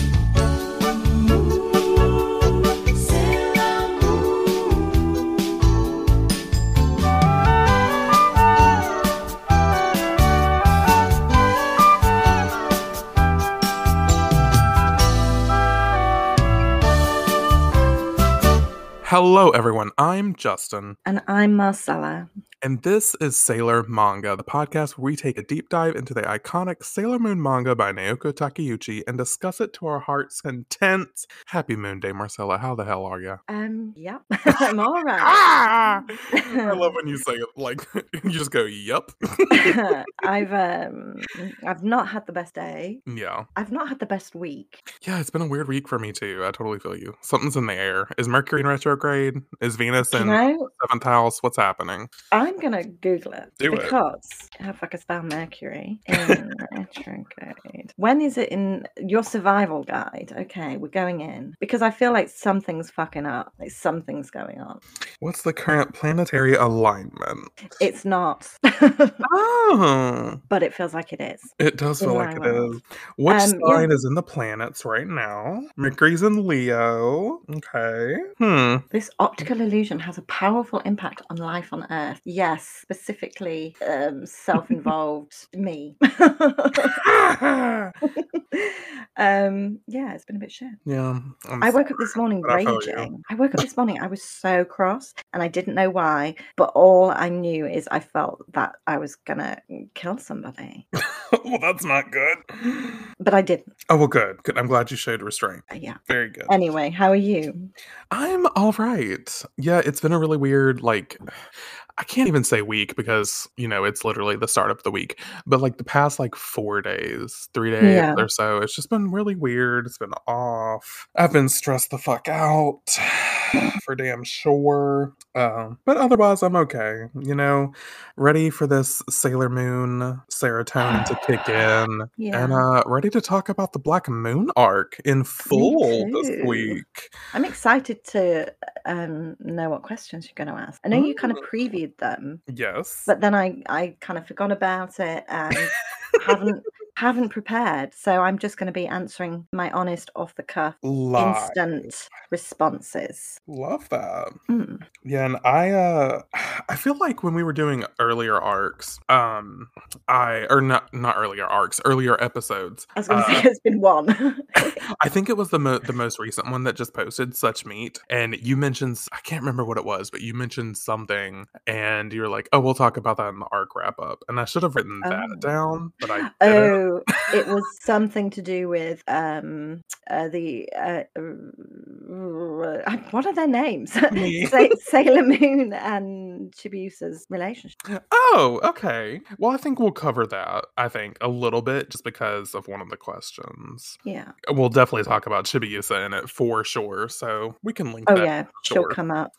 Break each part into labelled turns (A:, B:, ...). A: Hello, everyone. I'm Justin,
B: And I'm Marcella.
A: and this is Sailor Manga, the podcast where we take a deep dive into the iconic Sailor Moon manga by Naoko Takeuchi and discuss it to our heart's content. Happy Moon Day, Marcella. How the hell are you?
B: Um, yep, I'm all right.
A: Ah! I love when you say it like you just go, "Yup."
B: I've um, I've not had the best day.
A: yeah,
B: I've not had the best week.
A: yeah. It's been a weird week for me too. I totally feel you. Something's in the air. Is Mercury in retrograde? Is Venus in
B: Can I?
A: seventh house? What's happening?
B: I'm gonna Google it
A: Do it.
B: because how fuck is about Mercury in retrograde? When is it in your survival guide? Okay, we're going in because I feel like something's fucking up. Like something's going on.
A: What's the current planetary alignment?
B: It's not,
A: Oh.
B: but it feels like it is.
A: It does
B: in
A: feel
B: my
A: like it
B: world.
A: is. Which
B: Um, yeah.
A: sign is in the planets right now? Mercury's in Leo. Okay. Hmm.
B: This optical illusion has a powerful impact on life on Earth. Yes, specifically um, self involved me. um, yeah, it's been a bit shit.
A: yeah. I'm
B: I
A: s-
B: woke up this morning
A: But I feel you.
B: raging. I woke up this morning, I was so cross and I didn't know why, but all I knew is I felt that I was gonna kill somebody.
A: well, that's not good.
B: But I didn't.
A: Oh, well, good. Good. I'm glad you showed restraint.
B: Uh, Yeah.
A: Very good.
B: Anyway, how are you?
A: I'm all right. Yeah, it's been a really weird, like, I can't even say week because, you know, it's literally the start of the week, but like the past like four days, three days
B: Yeah.
A: or so, it's just been really weird. It's been off. I've been stressed the fuck out for damn sure. Um, but otherwise, I'm okay, you know, ready for this Sailor Moon serotonin to kick in
B: Yeah.
A: and uh, ready to talk about the Black Moon arc in full this
B: too.
A: week.
B: I'm excited to um, know what questions you're going to ask. I know you kind of previewed them,
A: Yes.
B: but then I, I kind of forgot about it and haven't haven't prepared. So I'm just going to be answering my honest, off the cuff,
A: Live.
B: instant responses.
A: Love that.
B: Mm.
A: Yeah, and I uh I feel like when we were doing earlier arcs, um I or not not earlier arcs, earlier episodes.
B: I was going to
A: uh,
B: say it's been one.
A: I think it was the mo- the most recent one that just posted such meat and you mentioned s- I can't remember what it was, but you mentioned something and you were like, "Oh, we'll talk about that in the arc wrap up." And I should have written
B: Oh.
A: that down, but I didn't.
B: Oh, it was something to do with um uh, the uh, r- r- what are their names?
A: Me.
B: Sa- Sailor Moon and Chibiusa's relationship.
A: Oh, okay. Well, I think we'll cover that, I think, a little bit just because of one of the questions.
B: Yeah.
A: we'll definitely talk about Chibiusa in it for sure. So we can link
B: Oh
A: that.
B: yeah,
A: sure.
B: she'll come up.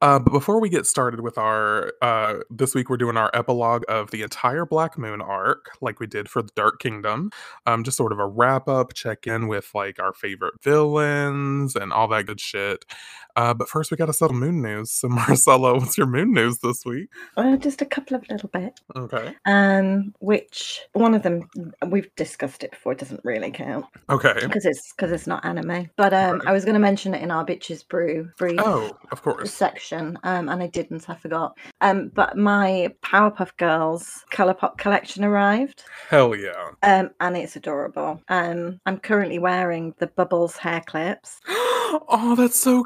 A: Uh, but before we get started with our uh, this week, we're doing our epilogue of the entire Black Moon arc, like we did for the Dark Kingdom. Um, just sort of a wrap up, check in with like our favorite villains and all that good shit. Uh, but first, we got to settle Moon news. So Marcella, what's your Moon news this week?
B: Uh, just a couple of little bits.
A: Okay.
B: Um, which one of them we've discussed it before. It doesn't really count
A: Okay.
B: because it's because it's not anime. But um,
A: Right.
B: I was going to mention it in our bitches brew brief.
A: Oh, of course.
B: section um and i didn't i forgot um but my powerpuff girls color pop collection arrived
A: Hell yeah.
B: um and it's adorable um i'm currently wearing the bubbles hair clips
A: oh, that's so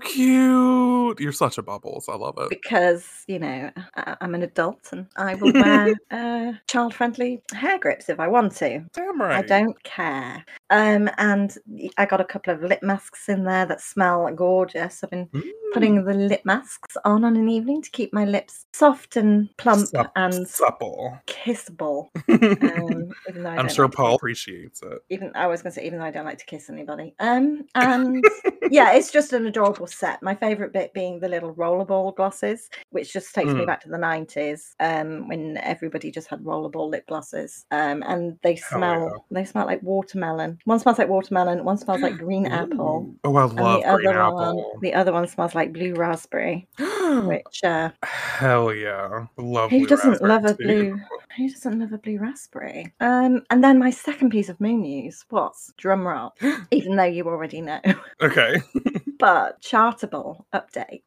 A: cute. You're such a bubbles. I love it.
B: because you know I- i'm an adult and i will wear uh child friendly hair grips if i want to
A: Damn right.
B: I don't care. Um, and y- I got a couple of lip masks in there that smell gorgeous. I've been
A: Mm.
B: putting the lip masks on on an evening to keep my lips soft and plump
A: Sup-
B: and
A: supple.
B: kissable. Um, even though I
A: I'm
B: don't
A: sure
B: like to
A: Paul
B: kiss-
A: appreciates it.
B: even I was going to say, even though I don't like to kiss anybody. Um, and yeah, it's just an adorable set. My favorite bit being the little rollerball glosses, which just takes me
A: Mm.
B: back to the nineties, um, when everybody just had rollerball lip glosses. Um, and they
A: Hell
B: smell, they smell like watermelon. One smells like watermelon. One smells like green apple.
A: Ooh. Oh, I
B: And
A: love
B: the other
A: green
B: one,
A: apple.
B: the other one smells like blue raspberry, which uh,
A: Hell yeah. Love
B: Who
A: blue
B: doesn't
A: raspberry
B: love a
A: too.
B: blue- who doesn't love a blue raspberry? Um, and then my second piece of moon news was drum roll, even though you already know.
A: Okay.
B: but chartable update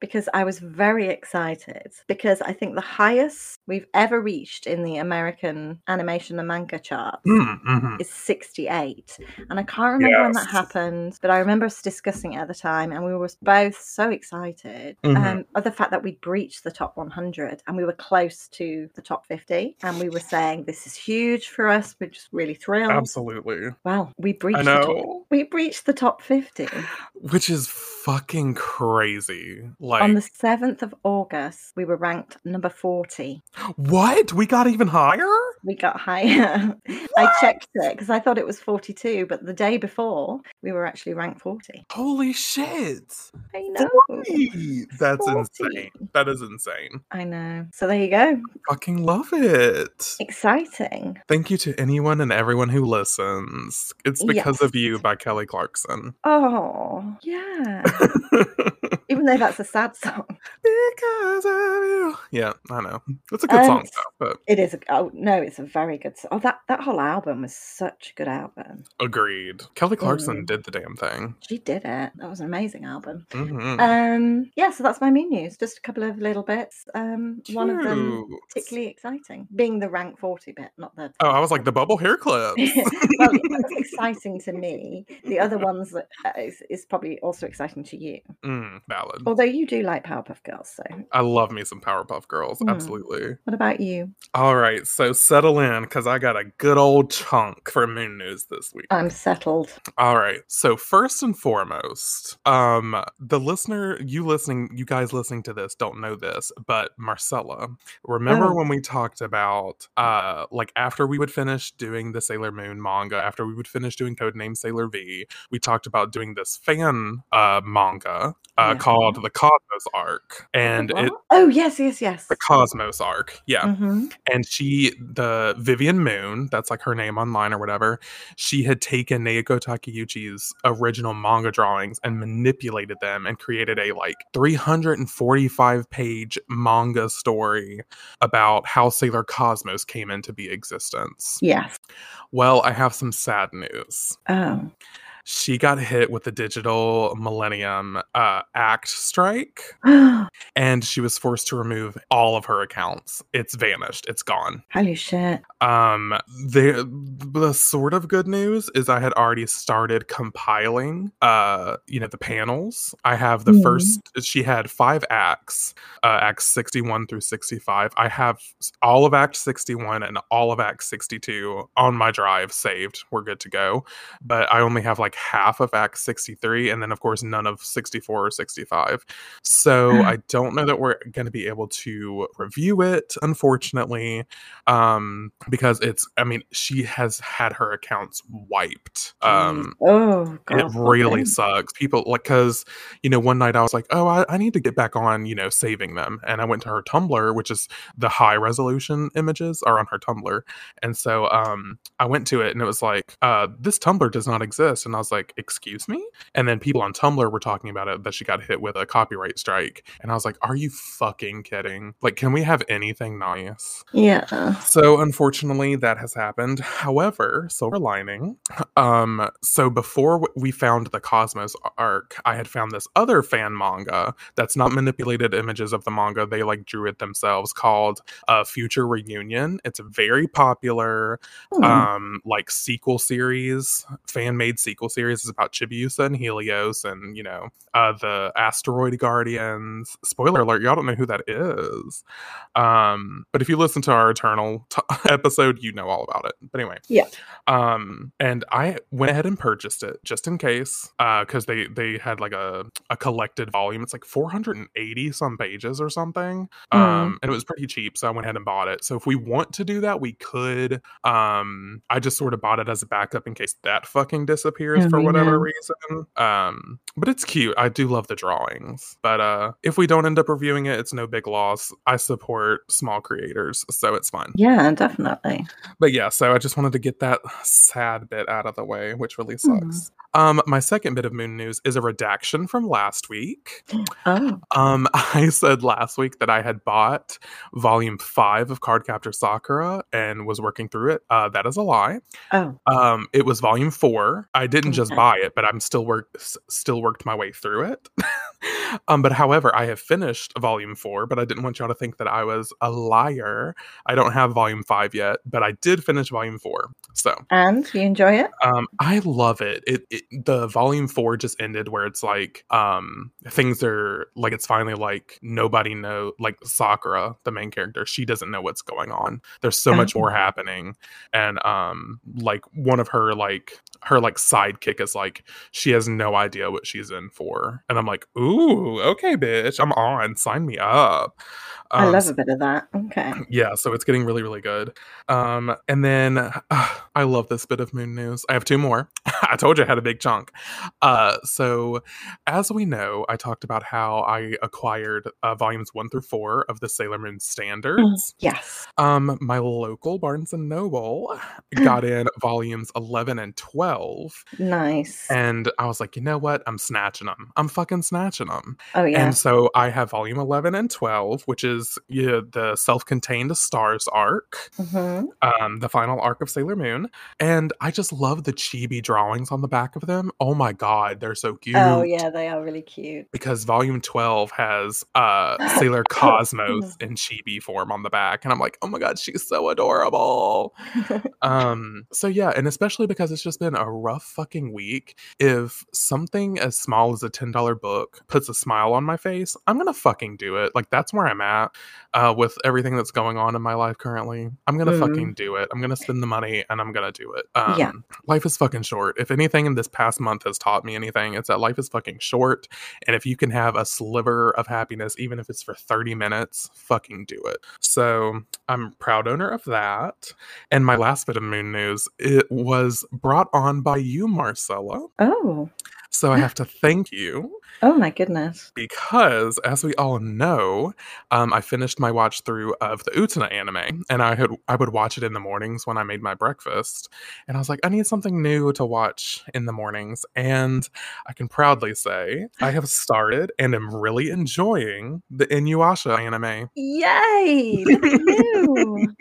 B: because I was very excited because I think the highest we've ever reached in the American animation and manga chart
A: Mm, mhm.
B: is 68. And I can't remember when that
A: Yes.
B: happened, but I remember us discussing it at the time, and we were both so excited
A: Mhm.
B: um, of the fact that we breached the top 100 and we were close to the top 50. And we were saying, This is huge for us. We're just really thrilled.
A: Absolutely.
B: Wow, we breached
A: I
B: the top.
A: know.
B: We breached the top 50
A: Which is fucking crazy. Like,
B: on the 7th of August. We were ranked number 40.
A: what? We got even higher?
B: We got higher. I checked it because I thought it was 42, but the day before we were actually ranked 40.
A: Holy shit.
B: I know.
A: Wait, That's
B: Forty.
A: insane. That is insane.
B: I know. So there you go.
A: Fucking love it.
B: Exciting.
A: Thank you to anyone and everyone who listens. It's because of
B: Yes.
A: you by Kelly Clarkson.
B: Oh, yeah.
A: because
B: Even though that's a sad song.
A: of you. Yeah, I know. It's a good
B: Um,
A: song though, but
B: It is. A, oh, no, it's a very good song. Oh, that, that whole album was such a good album.
A: agreed. Kelly Clarkson
B: Mm.
A: did the damn thing.
B: She did it. That was an amazing album.
A: Mhm.
B: Um, yeah, so that's my mean news. Just a couple of little bits. Um, one of them
A: Cute.
B: particularly exciting, being the rank forty bit, not the.
A: Oh, I was like the bubble hair clip.
B: well, yeah, that's exciting to me. The other ones that uh, is, is probably also exciting to you,
A: Mm, valid.
B: although you do like Powerpuff Girls. So,
A: I love me some Powerpuff Girls.
B: Mm.
A: Absolutely.
B: what about you?
A: All right, so settle in because I got a good old chunk for Moon News this week.
B: I'm settled.
A: All right. So first and foremost, um the listener you listening you guys listening to this don't know this, but Marcella, remember
B: Oh.
A: when we talked about uh like after we would finish doing the Sailor Moon manga, after we would finish doing Codename Sailor V, we talked about doing this fan uh manga uh
B: Yeah.
A: called the Cosmos Arc. And
B: The
A: it
B: what? oh yes, yes, yes.
A: the Cosmos Arc. Yeah
B: Mhm.
A: and she the Vivian Moon, that's like her name online or whatever, she had taken Naoko Takeuchi's original manga drawings and manipulated them and created a like 345 page manga story about how Sailor Cosmos came into be existence.
B: Yes.
A: Well, I have some sad news.
B: Oh,
A: She got hit with the digital millennium uh, act strike and she was forced to remove all of her accounts. It's vanished. It's gone.
B: holy shit!
A: Um, the the sort of good news is I had already started compiling, uh, you know, the panels. I have the
B: Mhm.
A: first. She had five acts, uh, acts sixty one through sixty five. I have s- all of Act sixty one and all of Act sixty two on my drive saved. We're good to go, but I only have like half of Act sixty three, and then of course none of sixty four or sixty five. So I don't know that we're going to be able to review it, unfortunately um because it's i mean she has had her accounts wiped
B: Jeez.
A: um
B: oh god,
A: it really
B: okay.
A: sucks people like because you know one night i was like oh I, I need to get back on you know saving them and i went to her tumblr which is the high resolution images are on her tumblr and so um i went to it and it was like uh this tumblr does not exist and i was like excuse me and then people on tumblr were talking about it that she got hit with a copyright strike and i was like are you fucking kidding like can we have anything nice
B: Yeah.
A: so unfortunately, that has happened. However, silver lining. Um, so before w- we found the Cosmos arc, I had found this other fan manga that's not manipulated images of the manga. They like drew it themselves, called uh, Future Reunion. It's a very popular,
B: Hmm.
A: um, like sequel series, fan made sequel series. It's about Chibiusa and Helios, and you know uh, the asteroid guardians. Spoiler alert! Y'all don't know who that is. Um, but if you listen to our Eternal t- episode, you know all about it. But anyway,
B: Yeah.
A: Um, and I went ahead and purchased it just in case, uh, because they they had like a a collected volume. It's like 480 some pages or something.
B: Mm.
A: Um, and it was pretty cheap, so I went ahead and bought it. So if we want to do that, we could. Um, I just sort of bought it as a backup in case that fucking disappears
B: Oh,
A: for
B: I
A: whatever
B: know.
A: reason. Um, but it's cute. I do love the drawings. But uh, if we don't end up reviewing it, it's no big loss. I support small creators, so it's fine.
B: Yeah, definitely.
A: But yeah, so I just wanted to get that sad bit out of the way, which really
B: Mhm.
A: sucks. Um, my second bit of moon news is a redaction from last week.
B: Oh,
A: Um, I said last week that I had bought volume five of Cardcaptor Sakura and was working through it. Uh, that is a lie.
B: oh,
A: Um, it was volume four. I didn't didn't just
B: Okay.
A: buy it, but I'm still work s- still worked my way through it. um, but however, I have finished volume four, but I didn't want y'all to think that I was a liar. I don't have volume five yet, but I did finish volume four. So
B: And you enjoy it?
A: um, I love it. It, it. The volume four just ended where it's like um, things are like it's finally like nobody know like Sakura, the main character. She doesn't know what's going on. There's so much
B: Oh.
A: more happening, and um, like one of her like her like sidekick is like she has no idea what she's in for, and I'm like, ooh, okay, bitch, I'm on. Sign me up.
B: I
A: Um,
B: love a bit of that. Okay.
A: yeah so it's getting really really good um and then uh, i love this bit of moon news i have two more i told you i had a big chunk uh so as we know i talked about how i acquired uh, volumes one through four of the sailor moon standards
B: Yes.
A: um my local barnes and noble got in volumes 11 and 12
B: Nice.
A: and i was like you know what i'm snatching them i'm fucking snatching them
B: oh yeah.
A: and so I have volume 11 and 12, which is yeah, the self contained stars arc,
B: hmm
A: um, the final arc of Sailor Moon. And I just love the chibi drawings on the back of them. Oh my God, they're so cute.
B: Oh yeah, they are really cute.
A: Because volume 12 has uh, Sailor
B: Oh,
A: Cosmos in chibi form on the back. And I'm like, oh my God, she's so adorable. Um, so yeah, and especially because it's just been a rough fucking week. If something as small as a $10 book puts a smile on my face, I'm gonna fucking do it. Like that's where I'm at uh with everything that's going on in my life currently. I'm gonna
B: Mm.
A: fucking do it. I'm gonna spend the money and I'm gonna do it. Um
B: Yeah.
A: life is fucking short. If anything in this past month has taught me anything, it's that life is fucking short. And if you can have a sliver of happiness, even if it's for 30 minutes, fucking do it. So I'm proud owner of that. And my last bit of moon news, it was brought on by you, Marcella.
B: oh.
A: So I have to thank you
B: Oh my goodness.
A: because, as we all know, um, I finished my watch through of the Utana anime, and I had I would watch it in the mornings when I made my breakfast, and I was like, I need something new to watch in the mornings, and I can proudly say I have started and am really enjoying the Inuyasha anime.
B: Yay! Look at you.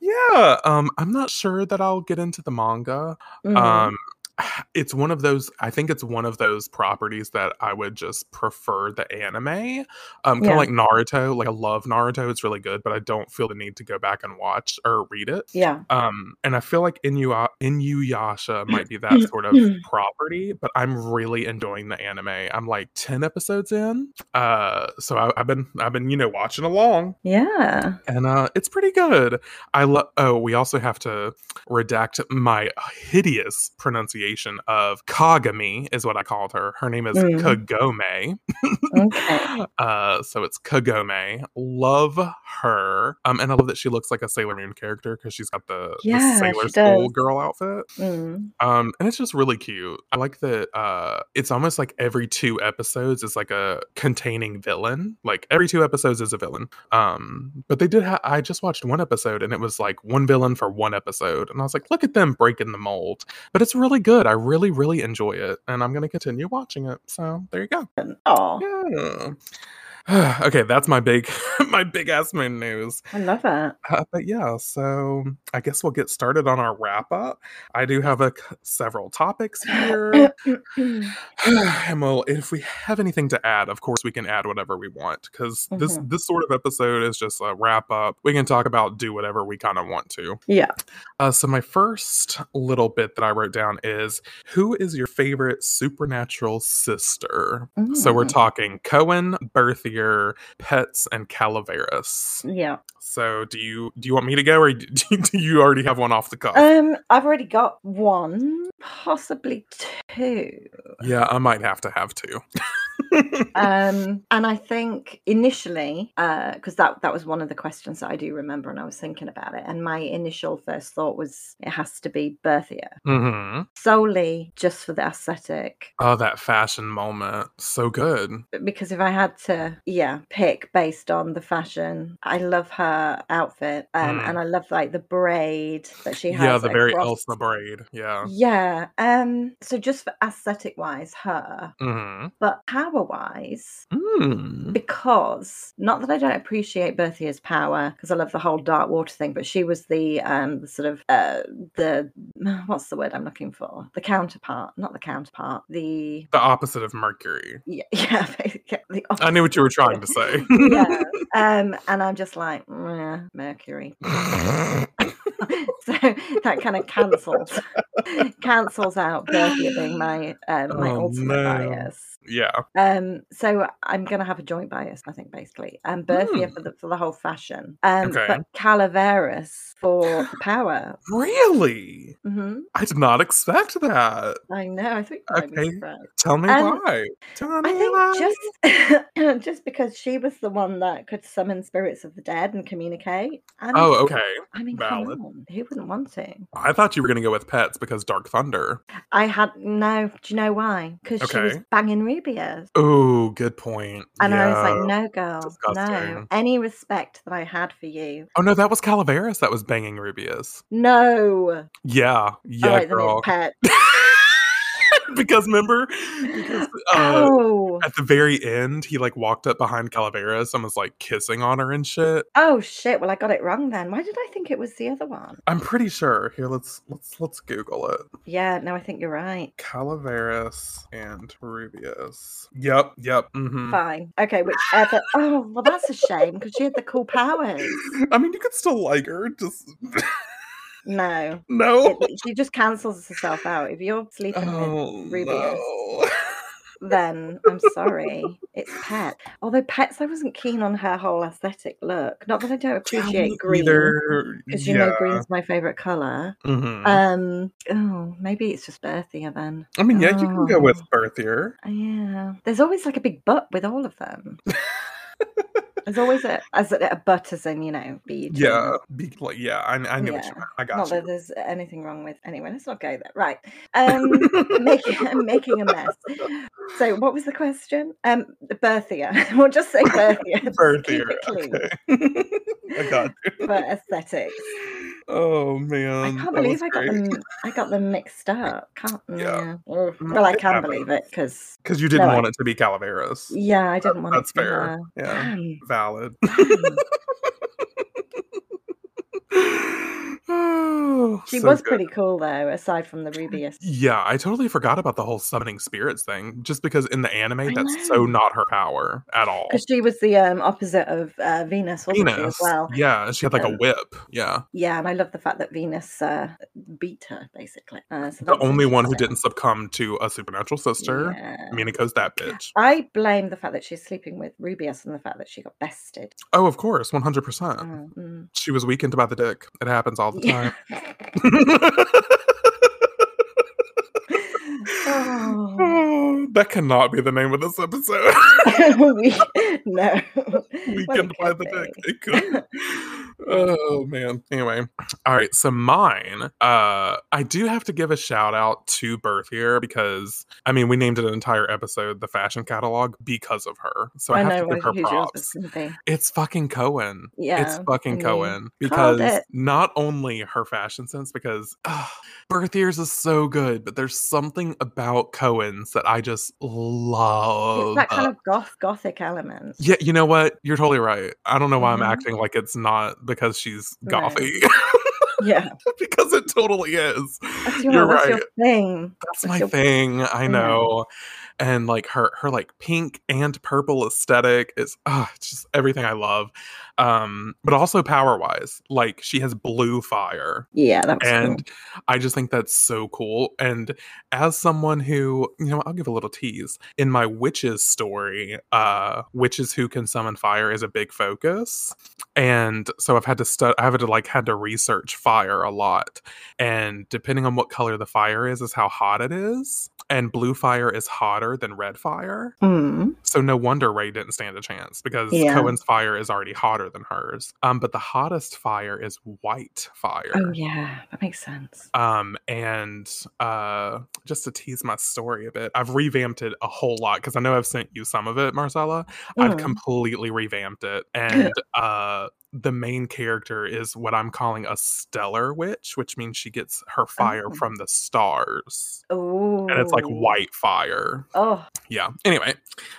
A: Yeah, um, I'm not sure that I'll get into the manga.
B: Mhm.
A: um it's one of those i think it's one of those properties that i would just prefer the anime um kind of
B: Yeah.
A: like naruto like i love naruto it's really good but i don't feel the need to go back and watch or read it
B: yeah.
A: um and i feel like Inu- inuyasha might be that sort of property but i'm really enjoying the anime i'm like 10 episodes in uh so I, i've been i've been you know watching along
B: Yeah.
A: and uh it's pretty good i love oh we also have to redact my hideous pronunciation of kagami is what i called her her name is
B: Mm.
A: kagome
B: Okay.
A: uh so it's kagome love her um and i love that she looks like a sailor moon character because she's got the,
B: Yeah,
A: the sailor
B: she
A: school
B: does.
A: girl outfit
B: Mm.
A: um and it's just really cute i like that uh it's almost like every two episodes is like a containing villain like every two episodes is a villain um but they did ha- i just watched one episode and it was like one villain for one episode and i was like look at them breaking the mold but it's really good i really really enjoy it and i'm gonna continue watching it so there you go
B: Oh,
A: yeah. okay that's my big my big ass moon news
B: I love it.
A: uh, but yeah, so I guess we'll get started on our wrap up. I do have a c- several topics here, and we'll if we have anything to add, of course we can add whatever we want because this
B: Mhm.
A: this sort of episode is just a wrap up. We can talk about do whatever we kind of want to.
B: yeah.
A: Uh, so my first little bit that I wrote down is who is your favorite supernatural sister? So we're
B: Mm.
A: talking Cohen, Berthier, Pets, and Calaveras.
B: Yeah.
A: So do you do you want me to go, or do you, do you already have one off the cuff?
B: Um, I've already got one, possibly two.
A: yeah, I might have to have two.
B: um and i think initially uh because that that was one of the questions that i do remember and i was thinking about it and my initial first thought was it has to be berthier
A: hmm
B: solely just for the aesthetic
A: Oh, that fashion moment, so good.
B: But because if i had to yeah pick based on the fashion i love her outfit um
A: Mm.
B: and i love like the braid that she has
A: yeah, the very
B: across-
A: Elsa braid. Yeah.
B: yeah um so just for aesthetic wise her
A: hmm
B: but how power wise,
A: Mm.
B: because not that I don't appreciate Berthia's power, because I love the whole dark water thing, but she was the um the sort of uh the what's the word I'm looking for? The counterpart, not the counterpart, the
A: The opposite of Mercury.
B: yeah, yeah, yeah the
A: I knew what you were trying to say.
B: yeah. Um, and I'm just like, "Meh, Mercury. so that kind of cancels cancels out Berthia being my um, my
A: Oh,
B: ultimate
A: no.
B: bias.
A: yeah.
B: Um, so I'm gonna have a joint bias, I think, basically. Um, Berthia for the for the whole fashion. Um,
A: Hmm. Okay.
B: but Calaveras for the power.
A: Really?
B: hmm
A: I did not expect that.
B: I know. I think. that might be
A: Okay.
B: right.
A: Tell me
B: Um,
A: why. Tell me
B: I
A: why.
B: think just just because she was the one that could summon spirits of the dead and communicate. And
A: Oh, okay.
B: I mean,
A: valid.
B: come on, who wouldn't want to?
A: I thought you were going to go with pets because Dark Thunder.
B: I had no. Do you know why? Because she was
A: Okay.
B: banging Rubio's,
A: Oh, good point.
B: and I was
A: Yeah.
B: like, "No, girl, no.
A: disgusting.
B: Any respect that I had for you,
A: Oh no, that was Calaveras that was banging Rubius.
B: no."
A: Yeah, yeah,
B: All right, Oh, then
A: girl.
B: it's pet.
A: because remember, because uh,
B: oh,
A: at the very end, he like walked up behind Calaveras and was like kissing on her and shit.
B: oh shit. Well, I got it wrong then. Why did I think it was the other one?
A: I'm pretty sure. Here, let's let's let's Google it.
B: Yeah, no, I think you're right.
A: Calaveras and Rubius. Yep, yep. hmm
B: Fine. Okay, whichever. oh, well, that's a shame because she had the cool powers.
A: I mean, you could still like her. Just
B: No,
A: no.
B: it- she just cancels herself out. If you're sleeping with
A: Oh,
B: Rubius.
A: no.
B: then I'm sorry. It's Pet. Although Pets, I wasn't keen on her whole aesthetic look. Not that I don't
A: Yeah,
B: appreciate
A: me
B: green
A: either.
B: because you know green's my favorite color.
A: Mhm.
B: Um, oh, maybe it's just Berthia then.
A: I mean, yeah, you can
B: Um.
A: go with Berthier.
B: Uh, Yeah, there's always like a big butt with all of them. there's always a as a, a butt as in you know beauty.
A: Yeah, be, like, yeah, I, I knew what
B: Yeah.
A: you meant. I
B: Not
A: got
B: that
A: you.
B: there's anything wrong with anyway. Let's not go there. Right. Um, making I'm making a mess. So what was the question? Um, Berthia. we'll just say Berthia. just to keep
A: Berthier.
B: it clean
A: Okay. I got you.
B: For aesthetics,
A: Oh man,
B: I can't
A: that was
B: believe I got
A: great.
B: them. I got them mixed up. Can't.
A: Yeah.
B: yeah. Ugh.
A: Mm,
B: Well, I
A: it
B: can believe it because
A: because you didn't
B: No, I-
A: want it to be Calaveras.
B: yeah, I didn't want. it
A: That's
B: to be
A: fair.
B: her.
A: Yeah,
B: Damn,
A: valid.
B: damn.
A: Oh,
B: She
A: so
B: was
A: good.
B: pretty cool though, aside from the Rubius.
A: Yeah, I totally forgot about the whole summoning spirits thing. Just because in the anime,
B: I
A: that's so
B: know.
A: not her power at all.
B: Because she was the um, opposite of uh, Venus, wasn't she as
A: Venus,
B: well?
A: yeah, she had like a
B: Um,
A: whip. Yeah,
B: Yeah, and I love the fact that Venus uh, beat her basically. Uh, so
A: the
B: that's
A: only one who
B: interesting.
A: didn't succumb to a supernatural sister.
B: Yeah.
A: Miniko's that bitch.
B: I blame the fact that she's sleeping with Rubius and the fact that she got bested.
A: Oh, of course, 100%.
B: Oh, mm.
A: She was weakened by the dick. It happens all the
B: Yeah.
A: time.
B: oh.
A: Oh, that cannot be the name of this episode.
B: we, no. Well, it
A: weakened by
B: could
A: the dick.
B: be.
A: It could. oh man. Anyway. All right. So mine, uh, I do have to give a shout out to Birth here because I mean we named an entire episode the fashion catalog because of her. So I,
B: I
A: have
B: know
A: to give her
B: who yours was
A: props.
B: going to be.
A: It's fucking Cohen.
B: Yeah.
A: It's fucking
B: Mm.
A: Cohen
B: Called
A: because
B: it.
A: not only her fashion sense, because uh, Berthier's is so good, but there's something about Cohen's that I just love.
B: It's that kind of goth gothic element.
A: uh, yeah, you know what? You're totally right. I don't know why I'm
B: Mhm.
A: acting like it's not because she's
B: No.
A: gothy,
B: Yeah.
A: because it totally is.
B: That's your,
A: You're
B: that's
A: right.
B: your thing.
A: That's
B: that's Mm-hmm.
A: my
B: your-
A: thing. I
B: Yeah.
A: know. And like her her like pink and purple aesthetic is ah it's just everything I love. Um but also power wise. Like she has blue fire.
B: Yeah, that was cool.
A: And I just think that's so cool. And as someone who, you know, I'll give a little tease. In my witches story, uh, witches who can summon fire is a big focus. And so I've had to stu- I've had to like had to research fire a lot. And depending on what color the fire is, is how hot it is. And blue fire is hotter than red fire.
B: Mm.
A: So no wonder Ray didn't stand a chance because
B: Yeah.
A: Cohen's fire is already hotter than hers. Um, but the hottest fire is white fire
B: Oh, yeah. That makes sense.
A: um and uh just to tease my story a bit i've revamped it a whole lot because i know i've sent you some of it marcella i've
B: Mm.
A: completely revamped it and uh the main character is what I'm calling a stellar witch, which means she gets her fire
B: Oh.
A: from the stars.
B: Oh.
A: And it's like white fire.
B: Oh,
A: Yeah. Anyway,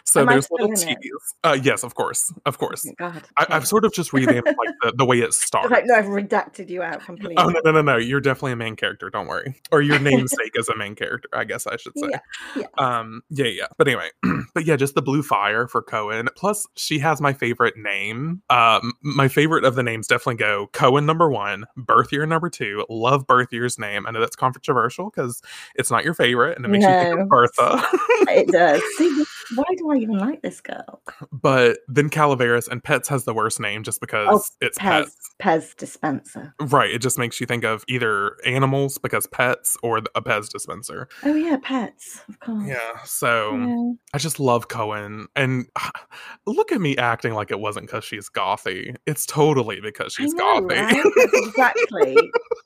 A: so
B: Am I
A: there's
B: still
A: little
B: in
A: teas.
B: it?
A: Uh, yes, of course. Of course.
B: thank God.
A: I, I've sort of just revamped like the, the way it
B: It's
A: starts.
B: like, no, I've redacted you out completely.
A: Oh no no no no! You're definitely a main character. Don't worry. Or your namesake is a main character. I guess I should say.
B: Yeah, yeah.
A: Um. Yeah. Yeah. But anyway. but yeah, just the blue fire for Cohen. Plus, she has my favorite name. Um. My favorite of the names definitely go Cohen number one, Berthier number two. Love Berthier's name. I know that's controversial because it's not your favorite, and it makes you think of
B: No.
A: Bertha.
B: It does. See, why do I even like this girl?
A: but then Calaveras and Pets has the worst name
B: Oh,
A: just because it's
B: Pez,
A: Pets.
B: Pez dispenser.
A: Right. It just makes you think of either animals because pets or th- a Pez dispenser.
B: Oh yeah, pets, of course.
A: Yeah. Oh, So
B: Oh, Yeah.
A: I just love Cohen. And look at me acting like it wasn't because she's gothy. It's totally because
B: I
A: she's
B: know,
A: gothy.
B: right? That's exactly.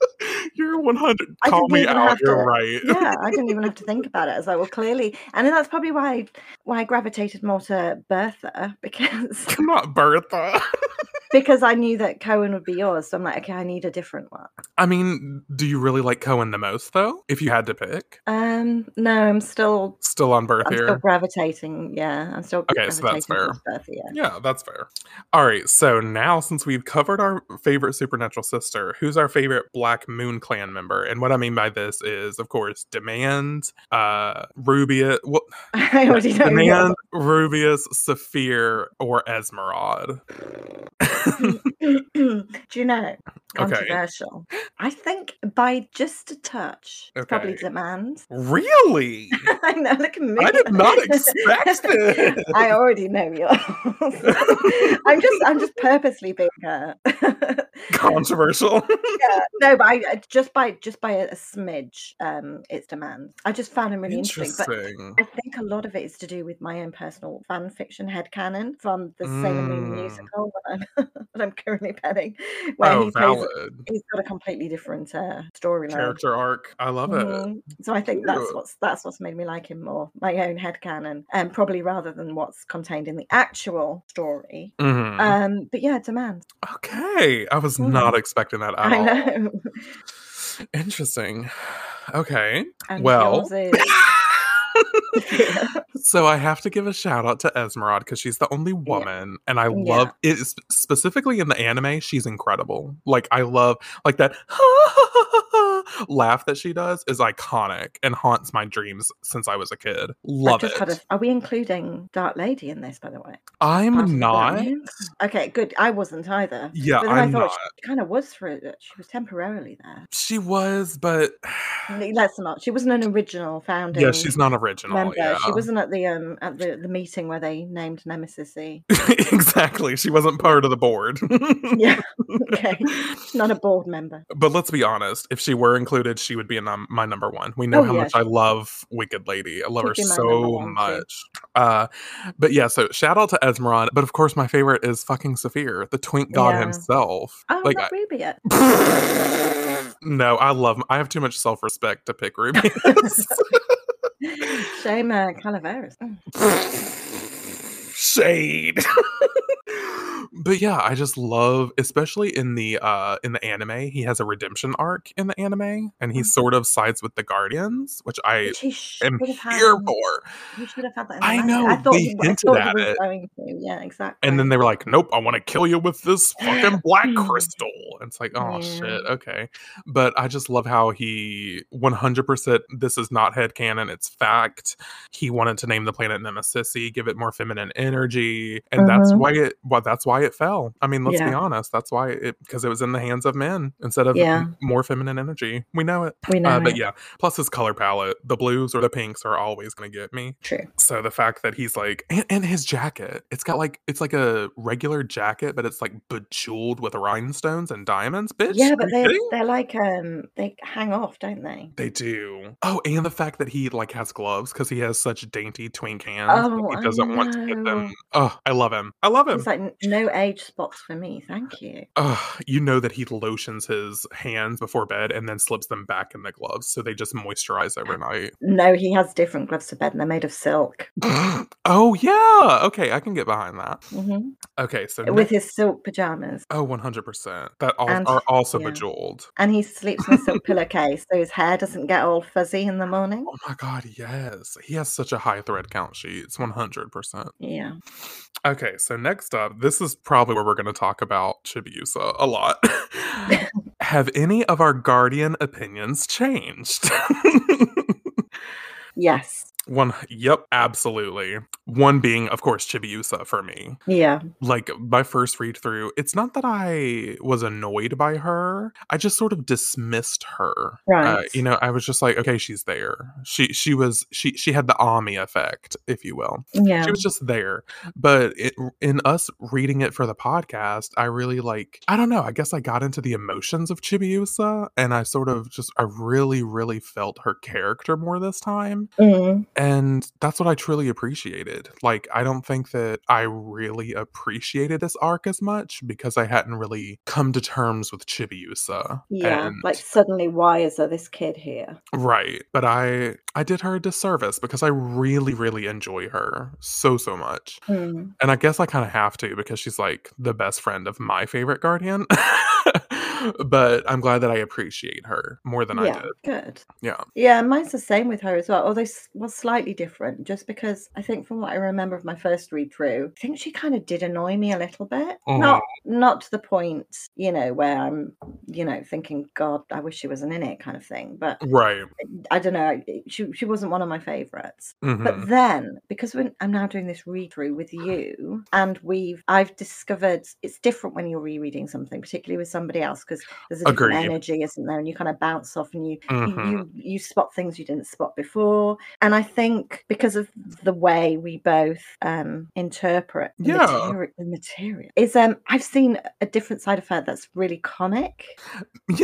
A: You're 100.
B: I
A: Call
B: didn't
A: me
B: even
A: out.
B: have
A: You're
B: to-
A: right.
B: yeah, I didn't even have to think about it. I was like, well, clearly, and then that's probably why I, why I gravitated more to Bertha because
A: Not Bertha.
B: because I knew that Cohen would be yours. So I'm like, okay, I need a different one.
A: I mean, do you really like Cohen the most, though? If you had to pick,
B: Um, no, I'm still
A: still on Bertha.
B: I'm still gravitating. Yeah, I'm still
A: Okay, so that's
B: gravitating towards Bertha, yeah.
A: Yeah, that's fair. All right, so now since we've covered our favorite supernatural sister, who's our favorite Black Moon Clan member? And what I mean by this is, of course, Demand, uh, Rubius, well,
B: I already know. who you are.
A: Demand, Rubius, Saphir, or Esmeralda.
B: Do you know? Controversial. I think by just a touch, it's probably
A: Okay.
B: demand.
A: really?
B: I know. Look at me.
A: I did not expect this.
B: I already know yours. I'm just, I'm just purposely being her. yeah.
A: Controversial.
B: No, but I, I- just by just by a, a smidge, um, it's demand. I just found him really interesting. But
A: Interesting.
B: I think a lot of it is to do with my own personal fan fiction headcanon from the Sailor Moon
A: Mm.
B: musical that I'm, that I'm currently penning, where
A: Oh,
B: he plays,
A: valid.
B: he's got a completely different uh, storyline.
A: Character arc. I love it.
B: Mhm. So I think that's
A: Cute.
B: what's that's what's made me like him more, my own headcanon, and probably rather than what's contained in the actual story.
A: Mhm.
B: Um, but yeah, demand.
A: Okay, I was
B: Mhm.
A: not expecting that at
B: I
A: all.
B: know.
A: Interesting. Okay,
B: And
A: Well.
B: yours is- yeah.
A: so I have to give a shout out to Esmeralda because she's the only woman, and I
B: Yeah.
A: love it. is- Specifically in the anime, she's incredible. Like I love like that laugh that she does is iconic and haunts my dreams since I was a kid. Love
B: I've just
A: it.
B: had a- are we including Dark Lady in this, by the way? Part of
A: I'm
B: the Black
A: not.
B: Moon? Okay, good. I wasn't either.
A: Yeah,
B: But then i
A: I'm
B: thought
A: not.
B: she kind of was for it. She was temporarily there.
A: She was, but
B: N- Let's not. She wasn't an original founding.
A: yeah, she's not original.
B: member.
A: Yeah.
B: She wasn't at the um at the, the meeting where they named Nemesis. E.
A: exactly. She wasn't part of the board.
B: Yeah. Okay. Not a board member.
A: But let's be honest, if she were included, she would be a num- my number one. We know
B: Oh,
A: how
B: yeah,
A: much I
B: she-
A: love Wicked Lady. I love her
B: She'd be my number
A: so
B: one, too.
A: much. Uh, but yeah, so shout out to Esmeron. But of course, my favorite is fucking Saphir, the twink god
B: Yeah.
A: himself.
B: Oh,
A: like,
B: not Ruby yet.
A: I- no, I love. I have too much self respect to pick Rubius.
B: Shame uh, Calaveras. Mm.
A: shade but yeah i just love especially in the uh in the anime he has a redemption arc in the anime and he
B: Mhm.
A: sort of sides with the guardians which i
B: Which he should
A: am
B: have had.
A: here
B: in-
A: for
B: He should have had that. In
A: I
B: the last-
A: know,
B: I thought
A: they
B: he, I
A: hinted
B: thought he
A: at
B: was
A: it.
B: going to. Yeah, exactly.
A: and then they were like nope i want to kill you with this fucking black crystal and it's like oh
B: Yeah.
A: shit okay but i just love how he 100% this is not headcanon it's fact he wanted to name the planet nemesis give it more feminine energy and that's
B: Mhm.
A: why it well, that's why it fell i mean let's be
B: Yeah.
A: honest that's why it because it was in the hands of men instead of
B: Yeah.
A: m- more feminine energy we know it
B: we know.
A: uh, but
B: it.
A: yeah plus his color palette the blues or the pinks are always going to get me
B: True.
A: so the fact that he's like, and, and his jacket, it's got like, it's like a regular jacket, but it's like bejeweled with rhinestones and diamonds, bitch.
B: Yeah,
A: Are
B: but
A: you
B: they
A: kidding?
B: they're like um they hang off, don't they?
A: They do. Oh, and the fact that he like has gloves because he has such dainty twink hands. that
B: Oh,
A: he
B: I
A: doesn't want to get them
B: know.
A: Oh, I love him. I love him.
B: It's like "N- no age spots for me, thank you.
A: Ugh, you know that he lotions his hands before bed and then slips them back in the gloves so they just moisturize overnight.
B: No, he has different gloves to bed, and they're made of silk.
A: oh yeah. Okay, I can get behind that.
B: hmm
A: Okay, so
B: With his silk pajamas,
A: Oh, 100%. That all,
B: And-
A: are also
B: yeah.
A: bejeweled.
B: and he sleeps in a silk pillowcase, so his hair doesn't get all fuzzy in the morning.
A: Oh my God, yes. He has such a high thread count sheet. It's 100%.
B: Yeah.
A: Okay, so next up, this is probably where we're going to talk about Chibiusa a lot. Have any of our guardian opinions changed?
B: Yes.
A: One, yep, absolutely. One being, of course, Chibiusa for me.
B: Yeah.
A: like my first read through, it's not that I was annoyed by her. I just sort of dismissed her. Uh,
B: Right.
A: you know, I was just like, okay, she's there. She she was she she had the Ami effect, if you will.
B: Yeah.
A: She was just there. But it, in us reading it for the podcast, I really like I don't know, I guess I got into the emotions of Chibiusa and I sort of just I really really felt her character more this time
B: Mm.
A: and that's what I truly appreciated. Like, I don't think that I really appreciated this arc as much because I hadn't really come to terms with Chibiusa.
B: Yeah.
A: and-
B: Like suddenly, why is there this kid here?
A: right. But I, I did her a disservice because I really, really enjoy her so, so much.
B: Mm.
A: And I guess I kind of have to because she's like the best friend of my favorite guardian. but I'm glad that I appreciate her more than I
B: yeah.
A: did.
B: Good.
A: Yeah.
B: Yeah, mine's the same with her as well, although s- was slightly different. Just because I think from what I remember of my first read through, I think she kind of did annoy me a little bit.
A: Mhm.
B: Not not to the point, you know, where I'm, you know, thinking, God, I wish she wasn't in it, kind of thing. But
A: Right.
B: I don't know, she she wasn't one of my favorites.
A: Mhm.
B: But then, because when I'm now doing this read through with you, and we've I've discovered it's different when you're rereading something, particularly with somebody else, because there's a different
A: Agreed.
B: energy, isn't there? And you kind of bounce off and you y-
A: Mhm.
B: you you spot things you didn't spot before. And I think because of the way we both um interpret the,
A: Yeah.
B: materi- the material is um I've seen a different side of her that's really comic,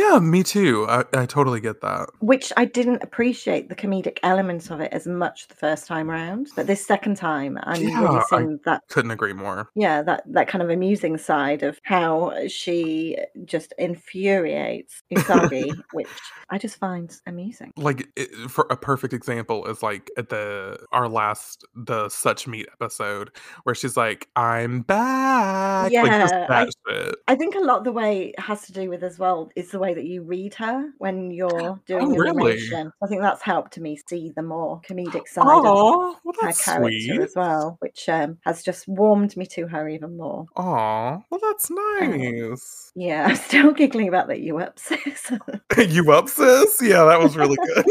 A: Yeah, me too. I, I totally get that.
B: which I didn't appreciate the comedic element of it as much the first time round. But this second time I'm
A: Yeah,
B: really
A: I-
B: seeing that
A: Couldn't agree more.
B: yeah, that that kind of amusing side of how she just infuriates Usagi, which I just find amusing.
A: like it, for a perfect example is like at the our last the such meet episode where she's like i'm back like just
B: Yeah, I-
A: that shit
B: I think a lot of the way it has to do with as well is the way that you read her when you're doing
A: Oh,
B: your
A: really?
B: narration. I think that's helped me see the more comedic side of
A: oh well
B: her
A: that's
B: character
A: sweet
B: as well, which um, has just warmed me to her even more.
A: oh well that's
B: Uh-huh.
A: nice
B: Yeah, I'm still giggling about that you up, sis.
A: Oh, you up sis yeah that was really good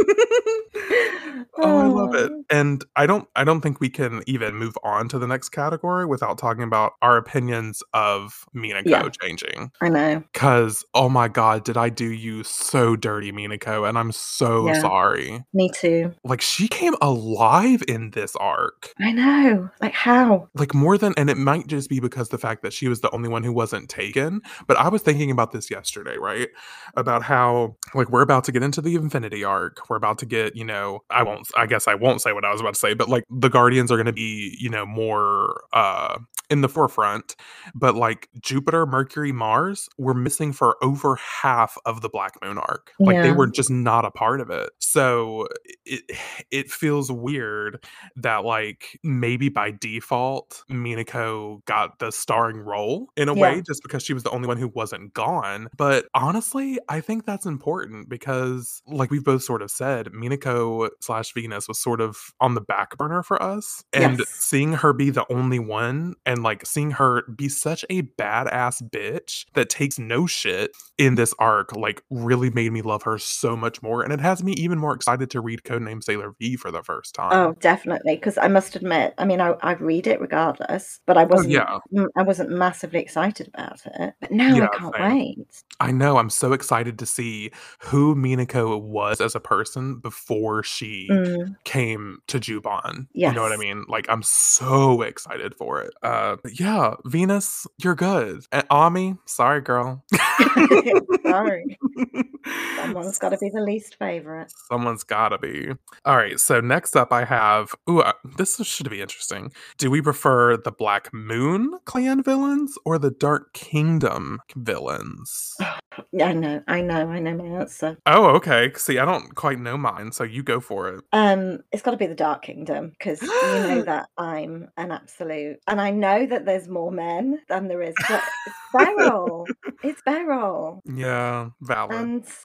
A: Oh, I love it.
B: Oh,
A: And I don't I don't think we can even move on to the next category without talking about our opinions of Minako
B: Yeah.
A: changing.
B: I know.
A: Cause oh my god, did I do you so dirty, Minako? And I'm so
B: Yeah.
A: sorry.
B: Me too.
A: Like she came alive in this arc.
B: I know. Like how?
A: Like more than and it might just be because the fact that she was the only one who wasn't taken. But I was thinking about this yesterday, right? About how like we're about to get into the infinity arc. We're about to get, you know, I won't I guess I won't say what I was about to say, but like the Guardians are gonna be, you know, more uh in the forefront but like Jupiter, Mercury, Mars were missing for over half of the Black Moon arc. Like they
B: Yeah.
A: were just not a part of it. So it it feels weird that like maybe by default Minako got the starring role in a
B: Yeah.
A: way just because she was the only one who wasn't gone. But honestly, I think that's important because like we've both sort of said, Minako slash Venus was sort of on the back burner for us. And
B: Yes.
A: seeing her be the only one and like seeing her be such a badass bitch that takes no shit in this arc like really made me love her so much more and it has me even more excited to read codename sailor v for the first time
B: Oh, definitely. Because I must admit, I mean, I, I read it regardless, but I wasn't.
A: Oh, yeah.
B: mm, I wasn't massively excited about it. But now
A: Yeah,
B: I can't
A: same.
B: wait.
A: i know i'm so excited to see who minako was as a person before she
B: Mm,
A: came to Juban. You know what I
B: Yes.
A: mean? Like I'm so excited for it. Uh but yeah, Venus, you're good. And Ami, sorry girl.
B: Sorry. Someone's got to be the least favorite.
A: Someone's gotta be. All right. So next up, I have. Ooh, uh, this should be interesting. Do we prefer the Black Moon clan villains or the Dark Kingdom villains?
B: Yeah, I know, I know, I know my answer.
A: Oh, okay. See, I don't quite know mine, so you go for it.
B: Um, it's got to be the Dark Kingdom because you know that I'm an absolute, and I know that there's more men than there is, but it's Beryl. it's Beryl,
A: Yeah, valid.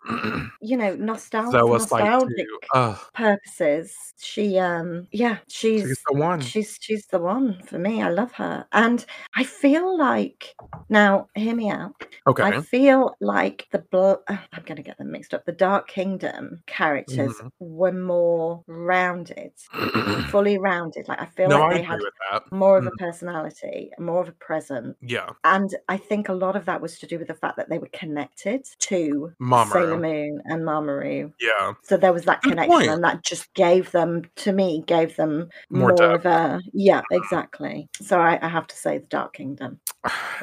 B: and you know, nostalgic,
A: Zoa's like
B: nostalgic
A: too. Ugh,
B: purposes. She, um, yeah,
A: she's
B: she's
A: the one.
B: She's she's the one for me. I love her. And I feel like now, hear me out.
A: Okay.
B: I feel like the bl- I'm going to get them mixed up. The Dark Kingdom characters
A: Mhm.
B: were more rounded, fully rounded. Like I feel
A: no, I
B: like
A: agree
B: they had
A: with that.
B: more of a personality, more of a presence.
A: Yeah,
B: And I think a lot of that was to do with the fact that they were connected to Sailor
A: Mamoru.
B: Moon and Mamaru.
A: Yeah,
B: So there was that
A: Good
B: connection,
A: point.
B: and that just gave them, to me, gave them
A: More
B: more, of a yeah, exactly. So I, I have to say the Dark Kingdom.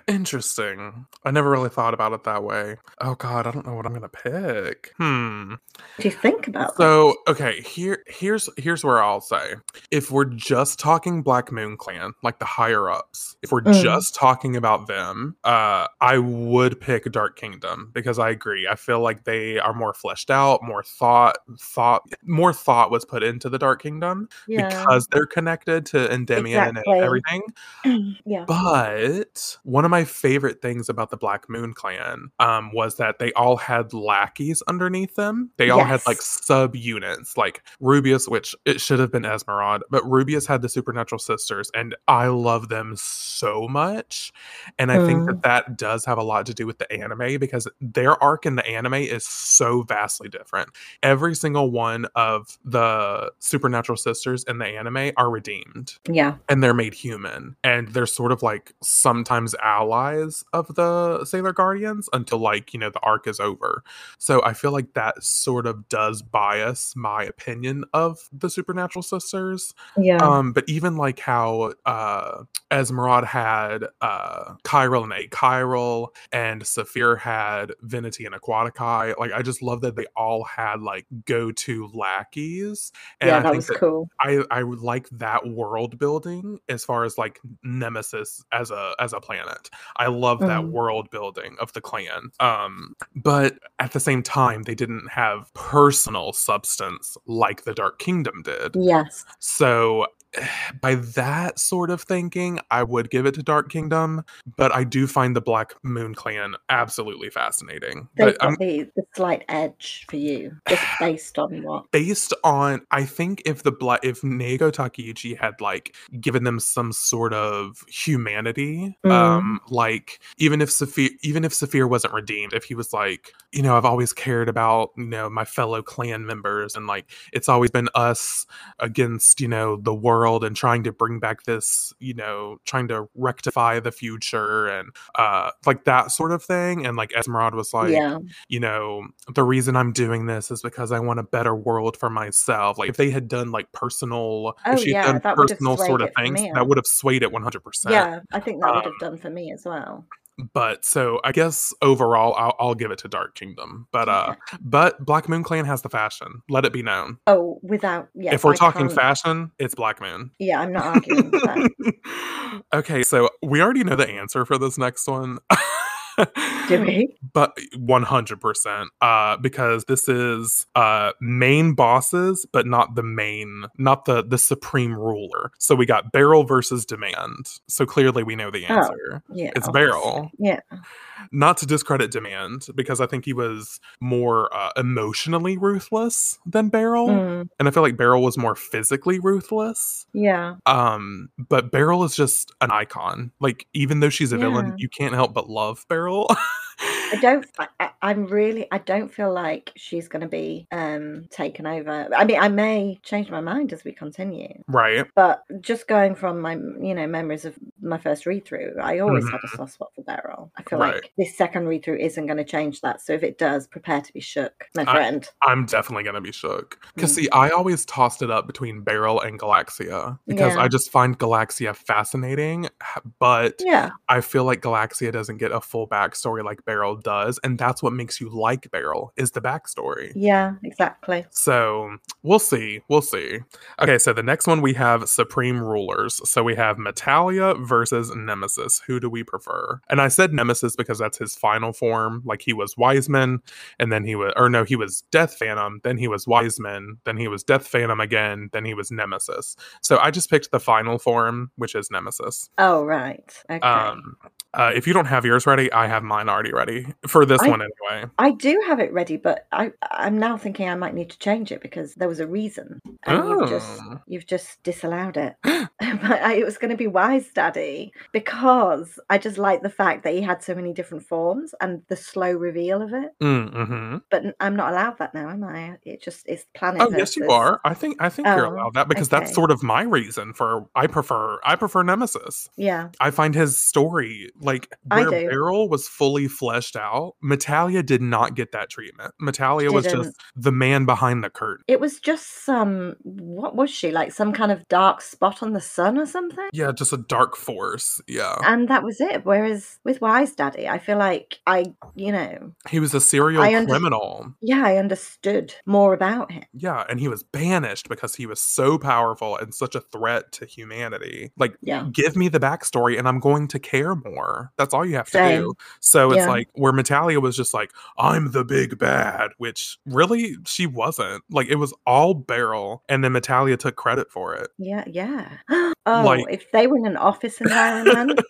A: interesting. I never really thought about it that way. Oh God, I don't know what I'm gonna pick. Hmm.
B: Do you think about that?
A: So okay, here here's here's where I'll say if we're just talking Black Moon Clan, like the higher ups, if we're
B: Mm.
A: just talking about them, uh, I would pick Dark Kingdom because I agree. I feel like they are more fleshed out, more thought thought more thought was put into the Dark Kingdom because they're connected to Endymion
B: Exactly.
A: and everything.
B: yeah.
A: But one of my favorite things about the Black Moon Clan um, was that they all had lackeys underneath them. They all had like
B: Yes.
A: sub units, like Rubius, which it should have been Esmeralda, but Rubius had the Supernatural Sisters, and I love them so much. And I think that that does have a lot to do with the anime because their arc in the anime is so vastly different. Every single one of the Supernatural Sisters in the anime are redeemed
B: Yeah.
A: and they're made human and they're sort of like sometimes allies of the sailor guardians until like you know the arc is over so i feel like that sort of does bias my opinion of the supernatural sisters
B: Yeah.
A: um but even like how uh esmeralda had uh chiral and achiral and Saphir had Venity and Aquaticae. Like I just love that they all had like go-to lackeys. And
B: yeah,
A: I
B: that
A: think
B: was
A: that
B: cool.
A: I I would like that world building as far as like Nemesis as a as a planet. I love that
B: Mm.
A: world building of the clan. Um but at the same time they didn't have personal substance like the Dark Kingdom did.
B: Yes.
A: So by that sort of thinking, I would give it to Dark Kingdom, but I do find the Black Moon clan absolutely fascinating.
B: They've
A: But um,
B: got
A: I'm
B: the, the slight edge for you, just based on what?
A: based on I think if the bla- if Nago Takeuchi had like given them some sort of humanity, um, like even if Saphir even if Saphir wasn't redeemed, if he was like, you know, I've always cared about you know my fellow clan members, and like it's always been us against you know the world and trying to bring back this you know trying to rectify the future and uh like that sort of thing, and like Esmeralda was like
B: yeah.
A: you know, the reason I'm doing this is because I want a better world for myself. Like if they had done like personal,
B: Oh,
A: if she had
B: yeah,
A: done
B: that would have
A: personal sort
B: swayed
A: of
B: it for
A: things,
B: me.
A: that would have swayed it 100%.
B: Yeah, I think that
A: uh,
B: would have done for me as well.
A: But so I guess overall, I'll, I'll give it to Dark Kingdom. But uh,
B: Okay.
A: but Black Moon Clan has the fashion. Let it be known.
B: Oh, without yeah.
A: if we're
B: I
A: talking
B: can't-
A: fashion, it's Black Moon.
B: yeah, I'm not arguing with that.
A: okay, so we already know the answer for this next one.
B: Do we?
A: but 100% uh because this is uh main bosses but not the main not the the supreme ruler so we got barrel versus demand so clearly we know the
B: Oh,
A: answer
B: Yeah.
A: it's
B: obviously.
A: barrel
B: Yeah.
A: not to discredit demand because i think he was more uh, emotionally ruthless than barrel
B: Mm,
A: and i feel like barrel was more physically ruthless
B: yeah.
A: um but beryl is just an icon like even though she's a villain
B: Yeah.
A: you can't help but love beryl
B: I don't. I, I- I'm really I don't feel like she's going to be um taken over. I mean, I may change my mind as we continue,
A: Right.
B: but just going from my you know memories of my first read through, I always had
A: Mhm.
B: a soft spot for Beryl. I feel
A: Right.
B: like this second read through isn't going to change that. So if it does, prepare to be shook, my
A: I-
B: friend.
A: I'm definitely gonna be shook. Cause
B: Mm.
A: see, I always tossed it up between Beryl and Galaxia because
B: Yeah.
A: I just find Galaxia fascinating, h- but
B: Yeah,
A: I feel like Galaxia doesn't get a full backstory like Beryl does, and that's what makes you like Beryl is the backstory.
B: yeah, exactly.
A: So we'll see. We'll see. Okay, so the next one we have Supreme Rulers. So we have Metalia versus Nemesis. Who do we prefer? And I said Nemesis because that's his final form. Like he was Wiseman, and then he was, or no, he was Death Phantom, then he was Wiseman, then he was Death Phantom again, then he was Nemesis. So I just picked the final form, which is Nemesis.
B: Oh right, okay.
A: Um, uh, if you don't have yours ready, I have mine already ready for this
B: I-
A: one anyway.
B: I do have it ready, but I I'm now thinking I might need to change it because there was a reason, and you've just
A: Oh.
B: you've just disallowed it. but I, it was going to be Wise Daddy because I just like the fact that he had so many different forms and the slow reveal of it.
A: Mm-hmm.
B: But n- I'm not allowed that now, am I? It just it's planet.
A: Oh yes, you
B: versus-
A: are. I think I think you're
B: Oh,
A: allowed that because that's
B: okay.
A: sort of my reason for I prefer I prefer Nemesis.
B: Yeah,
A: I find his story like
B: I
A: where
B: do.
A: Beryl was fully fleshed out. Metalia did not get that treatment. Metalia was just
B: Didn't.
A: the man behind the curtain.
B: it was just some. What was she like? Some kind of dark spot on the sun or something?
A: Yeah, just a dark force. Yeah,
B: and that was it. Whereas with Wise Daddy, I feel like I, you know,
A: he was a serial
B: I under-
A: criminal.
B: yeah, I understood more about him.
A: Yeah, and he was banished because he was so powerful and such a threat to humanity. Like
B: Yeah,
A: give me the backstory and I'm going to care more. That's all you have to
B: Same.
A: do. So it's
B: Yeah.
A: like where Metalia was just like, I'm the big bad, which really she wasn't. Like it was all Beryl, and then Metalia took credit for it.
B: yeah, yeah. oh,
A: Like-
B: if they were in an office environment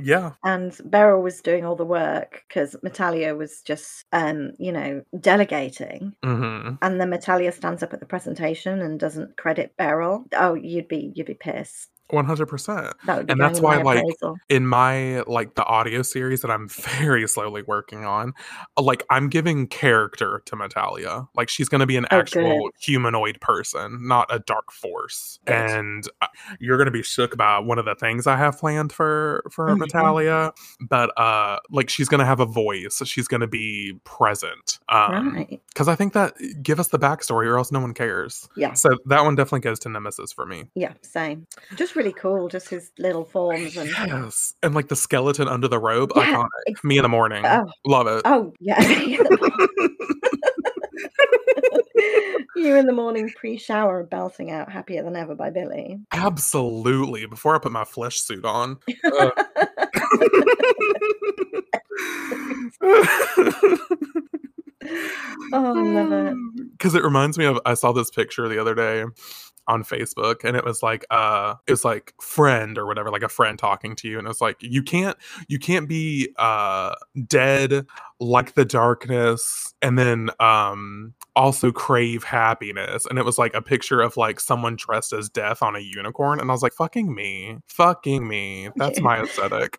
A: yeah.
B: and Beryl was doing all the work because Metalia was just, um, you know, delegating.
A: hmm
B: And then Metalia stands up at the presentation and doesn't credit Beryl. Oh, you'd be you'd be pissed.
A: 100%.
B: That would be
A: And
B: going
A: that's
B: in my
A: why, like,
B: appraisal.
A: in my like the audio series that I'm very slowly working on, uh, like I'm giving character to Metalia. Like she's going to be an
B: Oh,
A: actual humanoid person, not a dark force.
B: Good.
A: And uh, you're going to be shook by one of the things I have planned for for
B: Mhm.
A: Metalia, but uh like she's going to have a voice. so She's going to be present. Um
B: right.
A: cuz I think that eh, give us the backstory or else no one cares.
B: Yeah.
A: So that one definitely goes to Nemesis for me.
B: Yeah, same. Just really cool, just his little forms and
A: Yes, and like the skeleton under the robe,
B: Yeah,
A: iconic.
B: ex-
A: Me in the morning,
B: Oh.
A: love it.
B: oh yeah. you in the morning pre-shower belting out happier than ever by Billy.
A: Absolutely. Before I put my flesh suit on. Ugh. Uh.
B: Oh, love it.
A: Because Um, it reminds me of I saw this picture the other day on Facebook, and it was like uh, it was like friend or whatever, like a friend talking to you, and it's like you can't you can't be uh dead like the darkness, and then um also crave happiness, and it was like a picture of like someone dressed as death on a unicorn, and I was like, fucking me, fucking me, that's my aesthetic.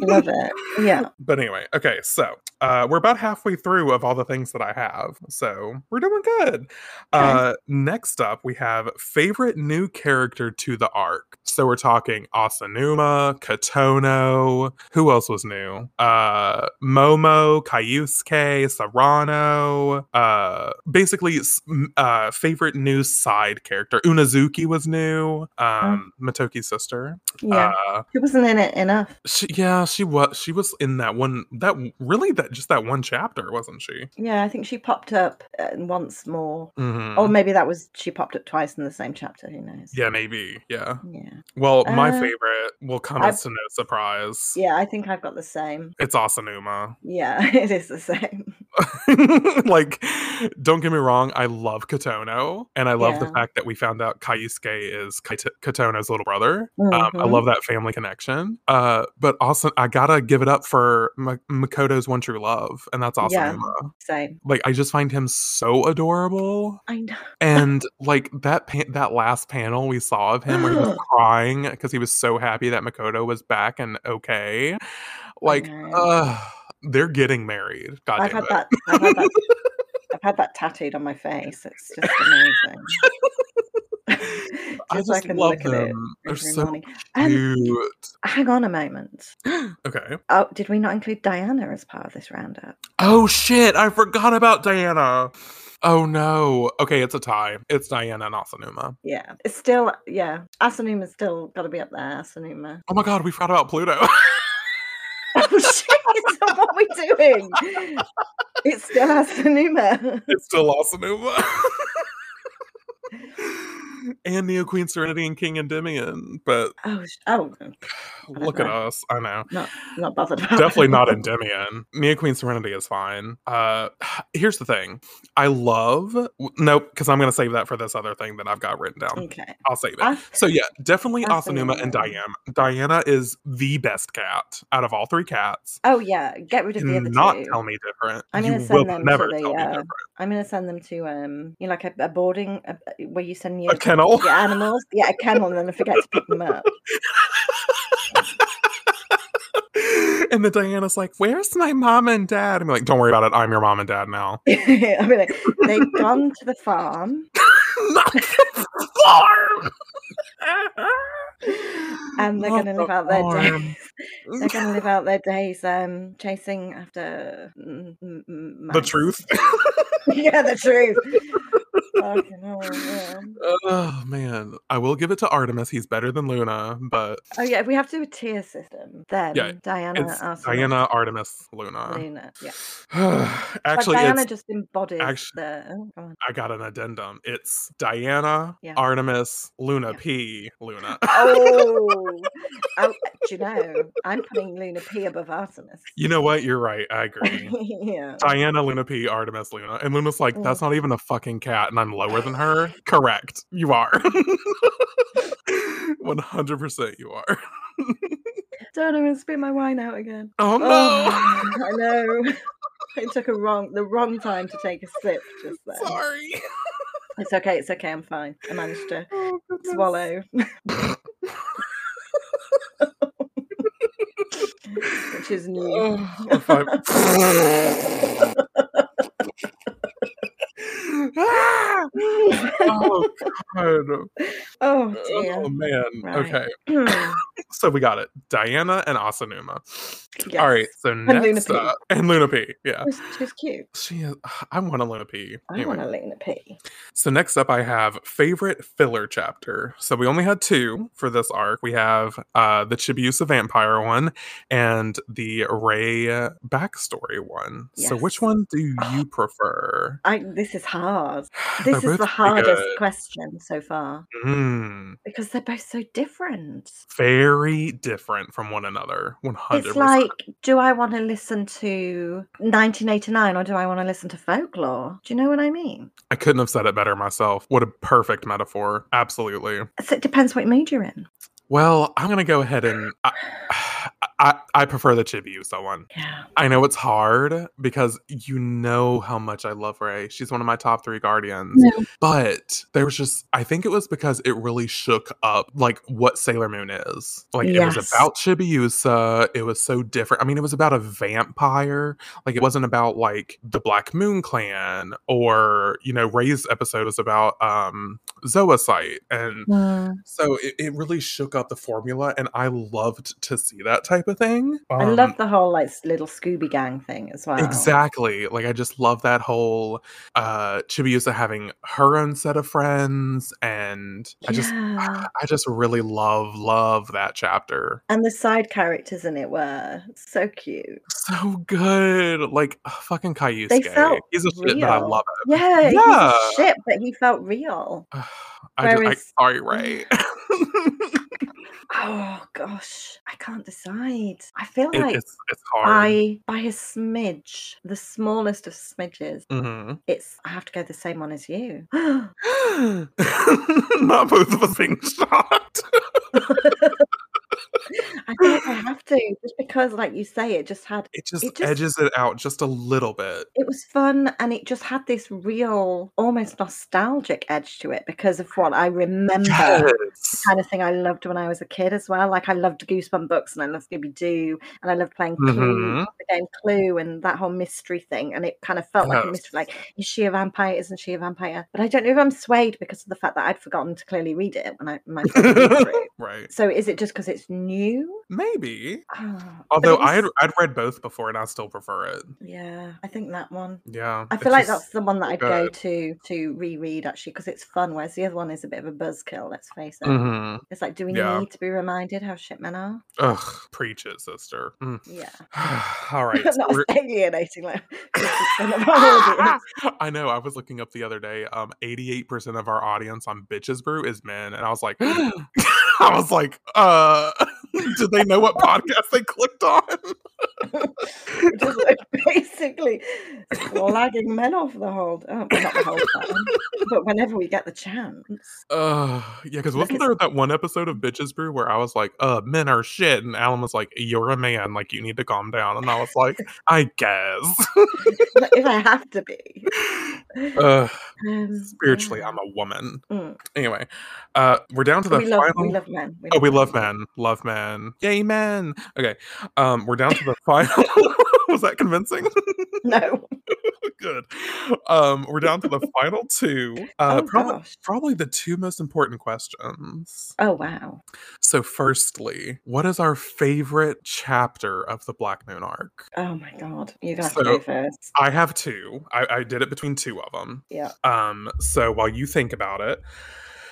B: Love it. Yeah.
A: But anyway, okay, so uh, we're about halfway through of all the things that I have, so we're doing good. Uh, next up, we have favorite new character to the arc. So we're talking Asanuma, Katono. Who else was new? Uh, Momo, Kaiusuke, Serrano. Uh, basically, s- m- uh, favorite new side character. Unazuki was new. Um, Matoki's sister.
B: Yeah.
A: Uh,
B: He wasn't in it enough.
A: she, yeah, she was. She was in that one. That w- really, that just that one chapter, wasn't she?
B: Yeah, I think she popped up uh, once more.
A: Mhm.
B: Or maybe that was she popped up twice in the same chapter, who knows.
A: yeah, maybe. Yeah.
B: Yeah.
A: Well, my
B: Uh,
A: favorite will come
B: I-
A: as to no surprise.
B: Yeah, I think I've got the same.
A: It's Asanuma.
B: Yeah, it is the same.
A: like, don't get me wrong. I love Katono, and I love the
B: Yeah.
A: fact that we found out Kaisuke is Kait- Katono's little brother. Um, I
B: Mhm.
A: love that family connection. Uh, but also, I gotta give it up for M- Makoto's one true love, and that's
B: Yeah.
A: Asanuma.
B: Same.
A: Like, I just find him so adorable.
B: I know.
A: and like that pan- that last panel we saw of him where he was crying because he was so happy that Makoto was back and okay.
B: I
A: Like
B: know.
A: uh They're getting married. God
B: I've
A: damn
B: had
A: it.
B: that. I've had that. I've had that tattooed on my face. It's just amazing.
A: I
B: Just so
A: just
B: can
A: love
B: look at it
A: them. They're
B: every
A: so
B: morning. Um,
A: cute.
B: hang on a moment.
A: Okay.
B: Oh, did we not include Diana as part of this roundup?
A: Oh shit! I forgot about Diana. Oh no. Okay, it's a tie. It's Diana and Asanuma.
B: Yeah, it's still yeah. Asanuma's still got to be up there. Asanuma.
A: Oh my god, we forgot about Pluto.
B: Oh shit! what are we doing? It's still Asanuma.
A: it's still Asanuma. and Neo Queen Serenity and King Endymion, but
B: Oh, sh- oh,
A: look at
B: know.
A: us. I know.
B: not bothered about.
A: Definitely
B: it.
A: not Endymion. Neo Queen Serenity is fine. Uh here's the thing. I love nope, because I'm gonna save that for this other thing that I've got written down.
B: Okay.
A: I'll save it.
B: Mm. I-
A: So yeah, definitely
B: Asanuma.
A: Asanuma and Diana. Diana is the best cat out of all three cats.
B: oh yeah, get rid of the other
A: Not
B: two.
A: tell me different.
B: I'm
A: you
B: gonna send
A: will
B: them to
A: never
B: the,
A: tell me
B: uh,
A: different.
B: I'm gonna send them to um, you know, like a, a boarding a, where you send your,
A: A kennel.
B: your animals. Yeah, a kennel, and then I forget to pick them up.
A: and the Diana's like, "Where's my mom and dad?" I'm like, "Don't worry about it. I'm your mom and dad now."
B: I mean, like, they've gone to the farm,
A: Not the farm.
B: and they're
A: Not
B: gonna
A: the
B: live out their
A: farm.
B: days. They're gonna live out their days um, chasing after mm, mm, mm,
A: the
B: mice.
A: truth.
B: yeah, the truth. Fucking hell, yeah.
A: oh man, I will give it to Artemis. He's better than Luna, but
B: Oh yeah, if we have to do a tier system, then
A: Yeah,
B: Diana,
A: it's
B: Arsena,
A: Diana, Artemis, Luna.
B: Luna. Yeah, But
A: Actually,
B: Diana
A: it's
B: just embodies
A: actu-
B: the. Oh, go on.
A: I got an addendum. It's Diana,
B: Yeah.
A: Artemis, Luna
B: Yeah.
A: P, Luna.
B: Oh, oh, do you know? I'm putting Luna P above Artemis.
A: You know what? You're right. I agree.
B: yeah.
A: Diana, Luna P, Artemis, Luna. And Luna's like,
B: Mm.
A: that's not even a fucking cat, and I'm lower than her. Correct. You are. 100% you are.
B: Don't even spit my wine out again.
A: Oh
B: Oh,
A: no.
B: I know. I took a wrong, the wrong time to take a sip just then.
A: Sorry.
B: It's okay. It's okay. I'm fine. I managed to
A: Oh, goodness.
B: swallow, which is new.
A: Oh, if I- Ah! oh god.
B: Oh
A: Oh
B: dear. Hmm.
A: man.
B: Right.
A: Okay. So we got it. Diana and Asanuma. All right. So
B: Luna
A: next
B: P.
A: up, and Luna P. Yeah.
B: Yes. She's, she's cute.
A: She is, I want a Luna P.
B: I
A: Anyway.
B: want a Luna P.
A: So next up I have favorite filler chapter. So we only had two for this arc. We have uh the Chibiusa vampire one and the Ray backstory one. So
B: Yes.
A: which one do you prefer?
B: I. This is hard.
A: They're
B: This is
A: both
B: the
A: pretty
B: hardest
A: good.
B: question so far
A: Mm,
B: because they're both so different.
A: very different from one another. 100%.
B: It's like, do I want to listen to 1989 or do I want to listen to folklore? Do you know what I mean?
A: I couldn't have said it better myself. What a perfect metaphor. Absolutely.
B: So it depends what mood you're in.
A: Well, I'm gonna go ahead and I, I, I prefer the Chibiusa one.
B: Yeah.
A: I know it's hard because you know how much I love Ray. She's one of my top three guardians.
B: No.
A: But there was just I think it was because it really shook up like what Sailor Moon is. Like it was
B: Yes.
A: about Chibiusa. It was so different. I mean, it was about a vampire. Like it wasn't about like the Black Moon clan or, you know, Ray's episode was about um Zoocyte and so it, it really shook up the formula, and I loved to see that type of thing.
B: I
A: Um,
B: love the whole like s- little Scooby Gang thing as well.
A: Exactly. Like I just love that whole uh Chibiusa having her own set of friends and I just
B: Yeah.
A: I just really love love that chapter.
B: And the side characters in it were so cute.
A: Uh, So good. Like fucking Caillou.
B: felt
A: He's a shit, but I
B: real.
A: love
B: Yeah, he
A: Yeah.
B: was shit, but he felt real.
A: it. I just, I,
B: Whereas-
A: sorry, Ray.
B: Oh gosh, I can't decide. I feel
A: It-
B: like
A: it's it's hard.
B: I by a smidge, the smallest of smidges,
A: Mhm.
B: it's I have to go the same one as you.
A: Not both of us being shocked.
B: I think I have to, just because, like you say, it just had
A: It just
B: It just-
A: edges it out just a little bit.
B: it was fun and it just had this real, almost nostalgic edge to it because of what I remember.
A: Yes.
B: Kind of thing I loved when I was a kid as well. Like I loved Goosebumps books and I loved Scooby Doo and I loved playing Clue,
A: Mhm.
B: the game Clue and that whole mystery thing. And it kind of felt like a
A: Yes.
B: mystery, like is she a vampire? Isn't she a vampire? But I don't know if I'm swayed because of the fact that I'd forgotten to clearly read it when I my first read through.
A: Right.
B: So is it just because it's new?
A: Maybe.
B: Ah, but
A: Although
B: it was-
A: I had I'd read both before and I still prefer it.
B: yeah, I think that one.
A: Yeah.
B: I
A: it's
B: feel like
A: just-
B: that's the one that
A: so
B: I'd go to to reread actually because it's fun. Whereas the other one is a bit of a buzzkill. Let's face it.
A: Mhm.
B: It's like, do we
A: Yeah.
B: need to be reminded how shit men are?
A: Ugh, preach it, sister. Mm.
B: Yeah,
A: All right. so
B: not as
A: we're-
B: alienating like 50% of our audience.
A: I know. I was looking up the other day. Um, eighty-eight percent of our audience on Bitches Brew is men, and I was like, I was like, uh, did they know what podcast they clicked on?
B: Just like basically lagging men off the whole, oh, well, not the whole time, but whenever we get the chance.
A: Uh, yeah, because
B: Look,
A: wasn't
B: it's-
A: there that one episode of Bitches Brew where I was like, uh, men are shit, and Alan was like, you're a man, like you need to calm down, and I was like, I guess.
B: if I have to be
A: uh,
B: um,
A: spiritually,
B: yeah.
A: I'm a woman.
B: Mm.
A: Anyway, uh, we're down to the
B: we love
A: final.
B: we love men.
A: Oh, we love men. Love men. Yay, men. Okay. Um, we're down to the final. Was that convincing?
B: No,
A: Good. Um, we're down to the final two. Uh,
B: oh
A: probably,
B: gosh.
A: probably the two most important questions.
B: Oh wow.
A: So, firstly, what is our favorite chapter of the Black Moon arc?
B: Oh my god, you're gonna have
A: So-
B: to go first.
A: I have two. I, I did it between two of them.
B: Yeah,
A: Um, so while you think about it,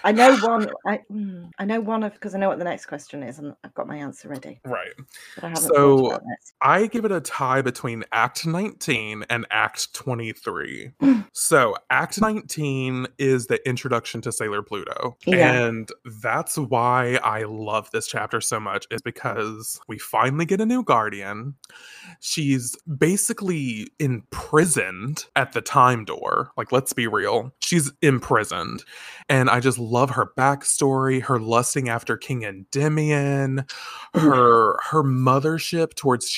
B: I know one. I mm, I know one of because I know what the next question is, and I've got my answer ready.
A: right.
B: But I haven't
A: So-
B: thought about this.
A: I give it a tie between Act 19 and Act 23. so, Act 19 is the introduction to Sailor Pluto.
B: Yeah.
A: And that's why I love this chapter so much, is because we finally get a new guardian. She's basically imprisoned at the time door. Like, let's be real, she's imprisoned. And I just love her backstory, her lusting after King Endymion, her her mothership towards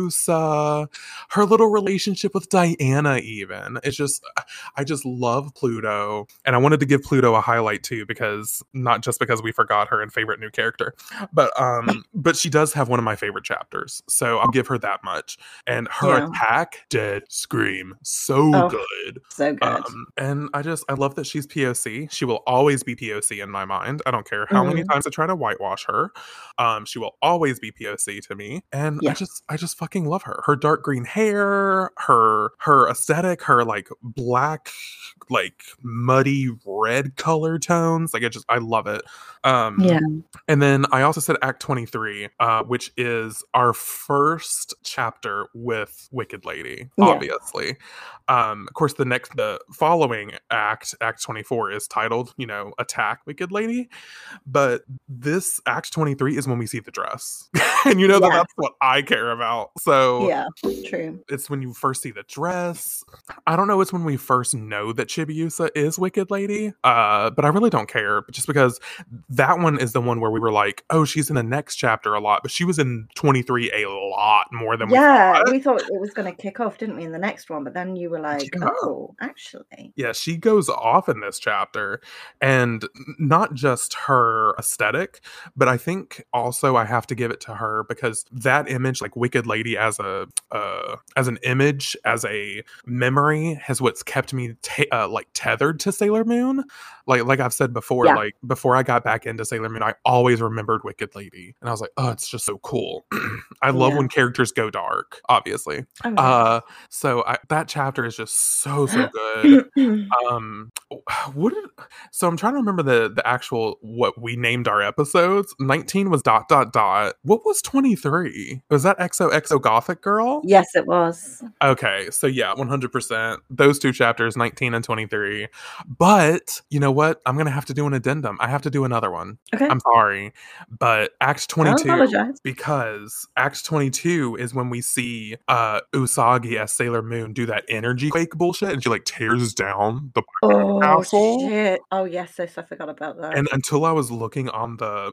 A: Chibiusa, her little relationship with Diana even. It's just I just love Pluto. And I wanted to give Pluto a highlight too because not just because we forgot her and favorite new character, but um but she does have one of my favorite chapters. So I'll give her that much. And her
B: Yeah.
A: attack did scream so
B: Oh.
A: good.
B: So good.
A: Um, and I just I love that she's POC. She will always be POC in my mind. I don't care how many
B: Mm-hmm.
A: times I try to whitewash her. Um, she will always be POC to me. And I
B: Yeah.
A: just I just fucking love her. Her dark green hair, her her aesthetic, her like black, like muddy red color tones. Like I just I love it. Um
B: Yeah.
A: and then I also said Act 23, uh, which is our first chapter with Wicked Lady,
B: Yeah.
A: obviously. Um, of course, the next, the following act, Act 24, is titled, you know, Attack Wicked Lady. But this Act 23 is when we see the dress. and you know that
B: Yeah.
A: that's what I care about. So
B: yeah. True.
A: it's when you first see the dress. I don't know. It's when we first know that Chibiusa is Wicked Lady. Uh, but I really don't care, but just because that one is the one where we were like, oh, she's in the next chapter a lot, but she was in 23 a lot more than we.
B: yeah,
A: thought. "Oh,
B: we thought it was going to kick off, didn't we, in the next one? But then you were like,
A: Yeah.
B: "Oh, actually,
A: Yeah, she goes off in this chapter, and not just her aesthetic, but I think also I have to give it to her because that image, like Wicked Lady as a uh, as an image, as a memory, has what's kept me ta- uh, like tethered to Sailor Moon. Like like I've said before,
B: Yeah.
A: like before I got back into Sailor Moon, I always remembered Wicked Lady, and I was like, oh, it's just so cool. I love
B: Yeah.
A: when characters go dark, obviously.
B: oh,
A: Uh, so I, that chapter is just so so good
B: yeah."
A: um what did, so i'm trying to remember the the actual what we named our episodes 19 was dot dot dot what was 23 was that xoxo gothic girl
B: yes, it was."
A: Okay, so yeah, 100%. Those two chapters, 19 and 23. But you know what? I'm going to have to do an addendum. I have to do another one.
B: Okay.
A: I'm sorry. But Act
B: I
A: 22,
B: apologize.
A: because Act 22 is when we see uh Usagi as Sailor Moon do that energy quake bullshit and she like tears down the
B: Oh
A: Asshole.
B: shit! Oh yes, yes, I forgot about that.
A: and until I was looking on the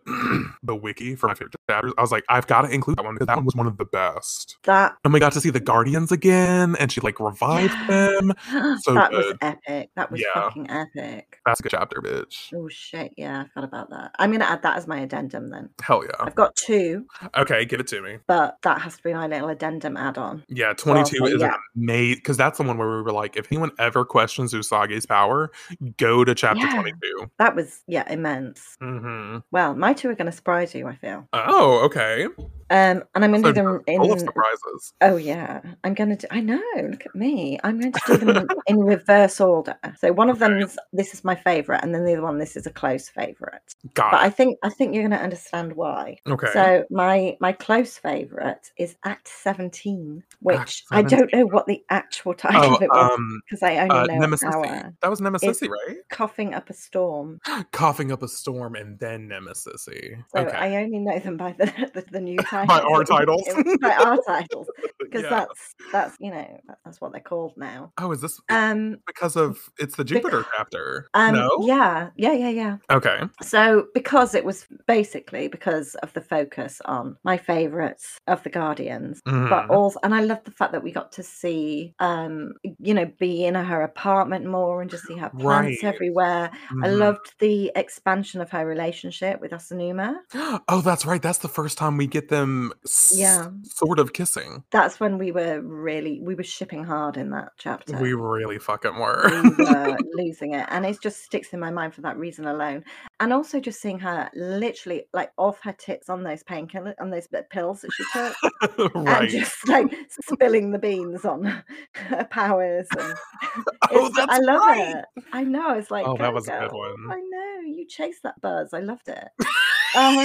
A: the wiki for my favorite chapters, I was like, I've got to include that one because that one was one of the best.
B: that
A: And we got to see the Guardians again, and she like revived
B: Yeah.
A: them. so
B: that was
A: good.
B: epic. That was
A: Yeah.
B: fucking epic.
A: That's a good chapter, bitch.
B: Oh shit! Yeah, I forgot about that. I'm gonna add that as my addendum then.
A: Hell yeah.
B: I've got two,
A: Okay, give it to me.
B: but that has to be my little addendum add-on.
A: Yeah, 22
B: but
A: is
B: uh, yeah.
A: an amazing because that's the one where we were like, if anyone ever questions Usagi's power, go to chapter
B: Yeah.
A: 22.
B: That was yeah immense.
A: hmm
B: Well, my two are gonna surprise you. I feel.
A: Oh, okay.
B: Um, and I'm gonna
A: So
B: do them
A: Full of
B: in.
A: surprises.
B: Oh yeah, I'm gonna do. I know. Look at me. I'm going to do them in- in reverse order. So one of
A: Okay.
B: them's this is my favorite, and then the other one this is a close favorite. But I
A: Got
B: think I think you're gonna understand why.
A: it. Okay.
B: So my my close favorite is Act 17, which
A: Act
B: I don't know what the actual title of it
A: oh,
B: was
A: um,
B: because I only
A: uh,
B: know
A: Nemesis.
B: our
A: That was Nemesis, right?
B: coughing up a storm.
A: coughing up a storm and then nemesis
B: So
A: okay
B: I only know them by the the, the new title.
A: by our titles
B: by our titles, because
A: Yeah.
B: that's that's you know that- that's what they're called now.
A: oh is this
B: Um.
A: because of it's the
B: bec-
A: jupiter chapter
B: Um,
A: no
B: Yeah, yeah, yeah, yeah.
A: okay
B: So, because it was basically because of the focus on my favorites of the Guardians, but
A: Mhm.
B: also and i love the fact that we got to see um you know be in her apartment more and just see her plants
A: Right.
B: everywhere i
A: Mhm.
B: loved the expansion of her relationship with asanuma
A: oh that's right that's the first time we get them s-
B: Yeah.
A: sort of kissing
B: that's when we were really we were shipping hard in that chapter
A: we really fucking were
B: we were uh, losing it and it just sticks in my mind for that reason alone and also just seeing her literally like off her tits on those painkillers on those bit pills that she took and
A: right
B: just like spilling the beans on her powers and
A: oh
B: It's-
A: that's
B: I love
A: right
B: it. I know. It's like,
A: oh
B: "Go,
A: that was a good
B: girl."
A: one
B: I know. You chased that buzz. I loved it. um,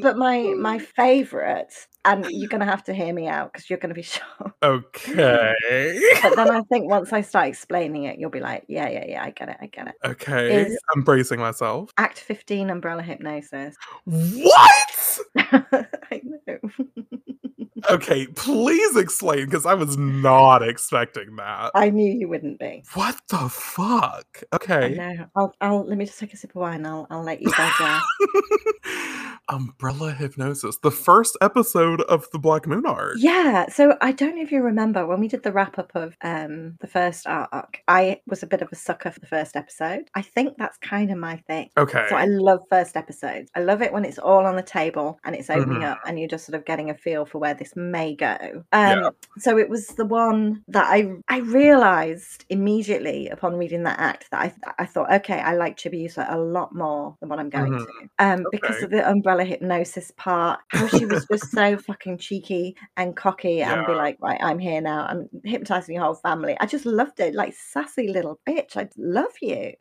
B: but my my favorite, and you're gonna have to hear me out because you're gonna be shocked.
A: okay
B: But then I think once I start explaining it, you'll be like, yeah, yeah, yeah, I get it, I get it.
A: okay
B: Is-
A: i'm bracing myself
B: Act 15, umbrella hypnosis.
A: what
B: I know.
A: Okay, please explain because I was not expecting that.
B: I knew you wouldn't be.
A: What the fuck?
B: I
A: Okay.
B: know. I'll, I'll let me just take a sip of wine. I'll I'll let you digest.
A: Umbrella Hypnosis, the first episode of the Black Moon arc.
B: Yeah, so I don't know if you remember when we did the wrap up of um the first arc, I was a bit of a sucker for the first episode. I think that's kind of my thing.
A: Okay.
B: So I love first episodes. I love it when it's all on the table and it's opening
A: Mm-hmm.
B: up and you're just sort of getting a feel for where this may go. Um
A: Yeah.
B: so it was the one that I I realized immediately upon reading that act that I I thought, okay, I like Chibiusa a lot more than what I'm going
A: Mhm.
B: to. Um because
A: Okay.
B: of the umbrella hypnosis part, how she was just so fucking cheeky and cocky and be
A: Yeah.
B: like, right, I'm here now. I'm hypnotizing your whole family. I just loved it. Like sassy little bitch. I love you.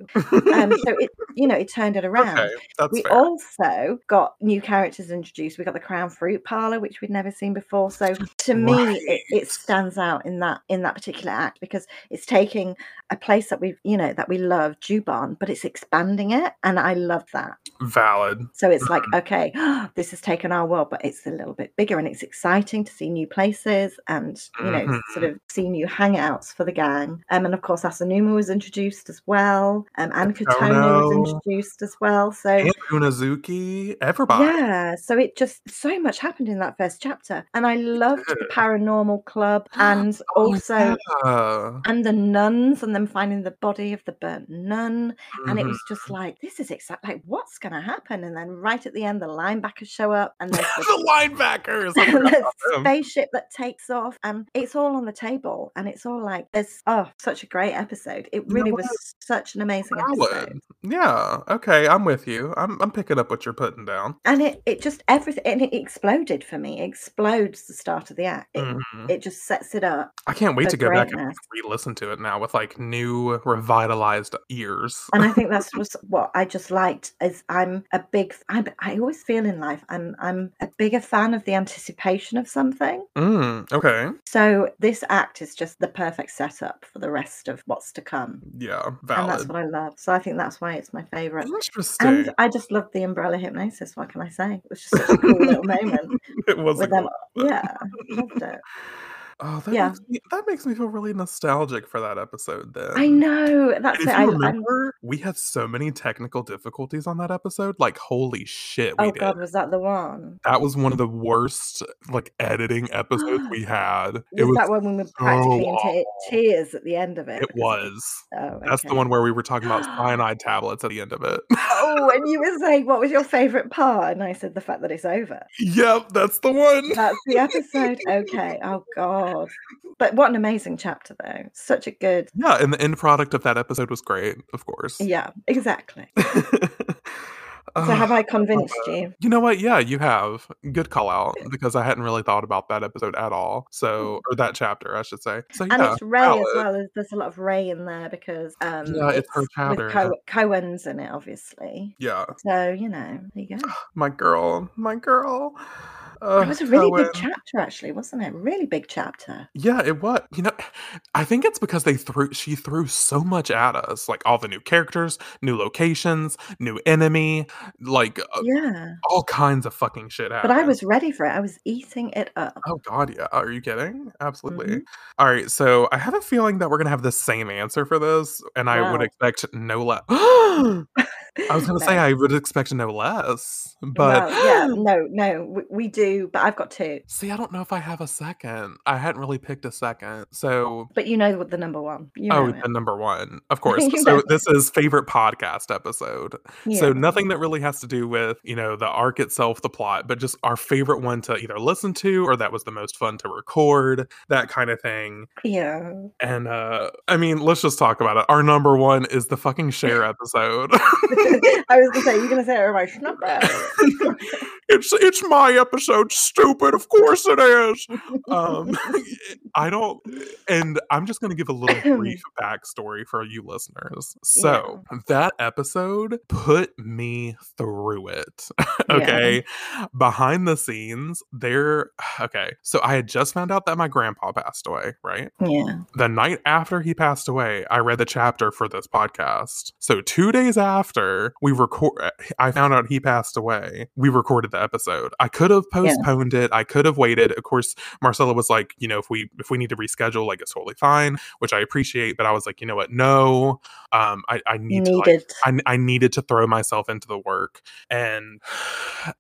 B: Um so it you know, it turned it around.
A: okay, that's
B: We
A: fair.
B: also got new characters introduced. We got the Crown Fruit Parlor, which we'd never seen before. So to me, it,
A: Right.
B: it stands out in that in that particular act because it's taking a place that we you know that we love, Juban, but it's expanding it, and I love that.
A: Valid.
B: So it's like,
A: Mm-hmm.
B: okay, this has taken our world, but it's a little bit bigger, and it's exciting to see new places and you know
A: Mhm.
B: sort of see new hangouts for the gang. Um, and of course, Asanuma was introduced as well, um, and Kotono was
A: Kotono.
B: introduced as well. So
A: And Unazuki, everybody.
B: yeah, so it just so much happened in that first chapter, and I loved the
A: did.
B: paranormal club and
A: Oh,
B: also
A: yeah.
B: and the nuns and them finding the body of the burnt nun, and it
A: Mhm.
B: was just like this is exactly like what's going to happen, and then right at the end the linebackers show up and there's the,
A: the linebackers. I forgot
B: the
A: about them.
B: spaceship that takes off, and it's all on the table, and it's all like it's oh such a great episode. It
A: know
B: really
A: what?
B: was such an amazing episode.
A: Valid. Yeah. Okay, I'm with you. I'm I'm picking up what you're putting down.
B: and it, it just everything and it exploded for me it explodes the start of the act it,
A: Mhm.
B: it just sets it up
A: I can't wait
B: for
A: to go back and
B: greatness
A: re-listen to it now with like new revitalized ears.
B: and i think that's just what i just liked is I'm a big. I'm, I always feel in life I'm I'm a bigger fan of the anticipation of something.
A: Mm, okay.
B: So this act is just the perfect setup for the rest of what's to come,
A: Yeah.
B: and that's
A: Valid.
B: what I love. So I think that's why it's my favorite.
A: Interesting.
B: And I just loved the umbrella hypnosis. What can I say? It was just such a cool little moment
A: it was a
B: with them.
A: cool-
B: Yeah, loved it.
A: Oh, that
B: Yeah.
A: makes me, that makes me feel really nostalgic for that episode. Then
B: I know. That's
A: And
B: it.
A: if
B: I,
A: you
B: I'm.
A: remember, we had so many technical difficulties on that episode. Like, holy shit, we
B: Oh
A: did.
B: God, was that the one?
A: That was one of the worst like editing episodes we had. It
B: was
A: was
B: that when we were
A: so
B: practically in
A: awful.
B: te- tears at the end of it?
A: It
B: because of-
A: was.
B: Oh,
A: That's the
B: okay.
A: one where we were talking about cyanide tablets at the end of it.
B: Oh, and you were saying what was your favorite part, and I said the fact that it's over.
A: yep, that's the one.
B: That's the episode. Okay. Oh God. But what an amazing chapter, though. Such a good.
A: Yeah, and the end product of that episode was great, of course.
B: Yeah. Exactly. So
A: Ah.
B: have I convinced you?
A: You know what? Yeah, you have. Good call out because I hadn't really thought about that episode at all.
B: Mm.
A: So, or that chapter, I should say. So,
B: And
A: yeah,
B: it's Ray as
A: valid.
B: well. There's, there's a lot of Ray in there because um
A: Yeah, it's her
B: it's with
A: chapter.
B: Co- Cohen's in it, obviously.
A: Yeah,
B: So you know, there you go.
A: my girl, my girl.
B: It
A: Uh,
B: was a really
A: Cohen.
B: big chapter, actually, wasn't it? Really big chapter.
A: Yeah, it was. You know, I think it's because they threw she threw so much at us, like all the new characters, new locations, new enemy, like uh,
B: Yeah.
A: all kinds of fucking shit
B: But I
A: happened.
B: was ready for it. I was eating it up.
A: Oh God, yeah. Are you kidding? Absolutely.
B: Mhm.
A: All right. So I have a feeling that we're gonna have the same answer for this, and I would
B: Wow.
A: expect no less. I was gonna say
B: no.
A: I would expect no less, but
B: Well, yeah, no, no, we, we do, but I've got two.
A: see, I don't know if I have a second. I hadn't really picked a second. So
B: But you know what the number one. You know
A: Oh,
B: it.
A: the number one, of course.
B: you know
A: So
B: it.
A: this is favorite podcast episode. So
B: Yeah.
A: nothing that really has to do with you know the arc itself, the plot, but just our favorite one to either listen to or that was the most fun to record, that kind of thing.
B: Yeah.
A: And uh I mean, let's just talk about it. Our number one is the fucking share episode.
B: I was gonna say you're gonna say it my number.
A: it's it's my episode, stupid. Of course it is. Um I don't and I'm just gonna give a little brief backstory for you listeners. So that episode put me through it.
B: yeah.
A: okay. Behind the scenes, there okay. So I had just found out that my grandpa passed away, right?
B: Yeah.
A: the night after he passed away, I read the chapter for this podcast. So two days after we record, I found out he passed away. We recorded the episode. I could have
B: Yeah.
A: postponed it. I could have waited. Of course, Marcella was like, you know, if we if we need to reschedule, like it's totally fine, which I appreciate. But I was like, you know what? No, um, I I need to like
B: Needed.
A: I, I needed to throw myself into the work and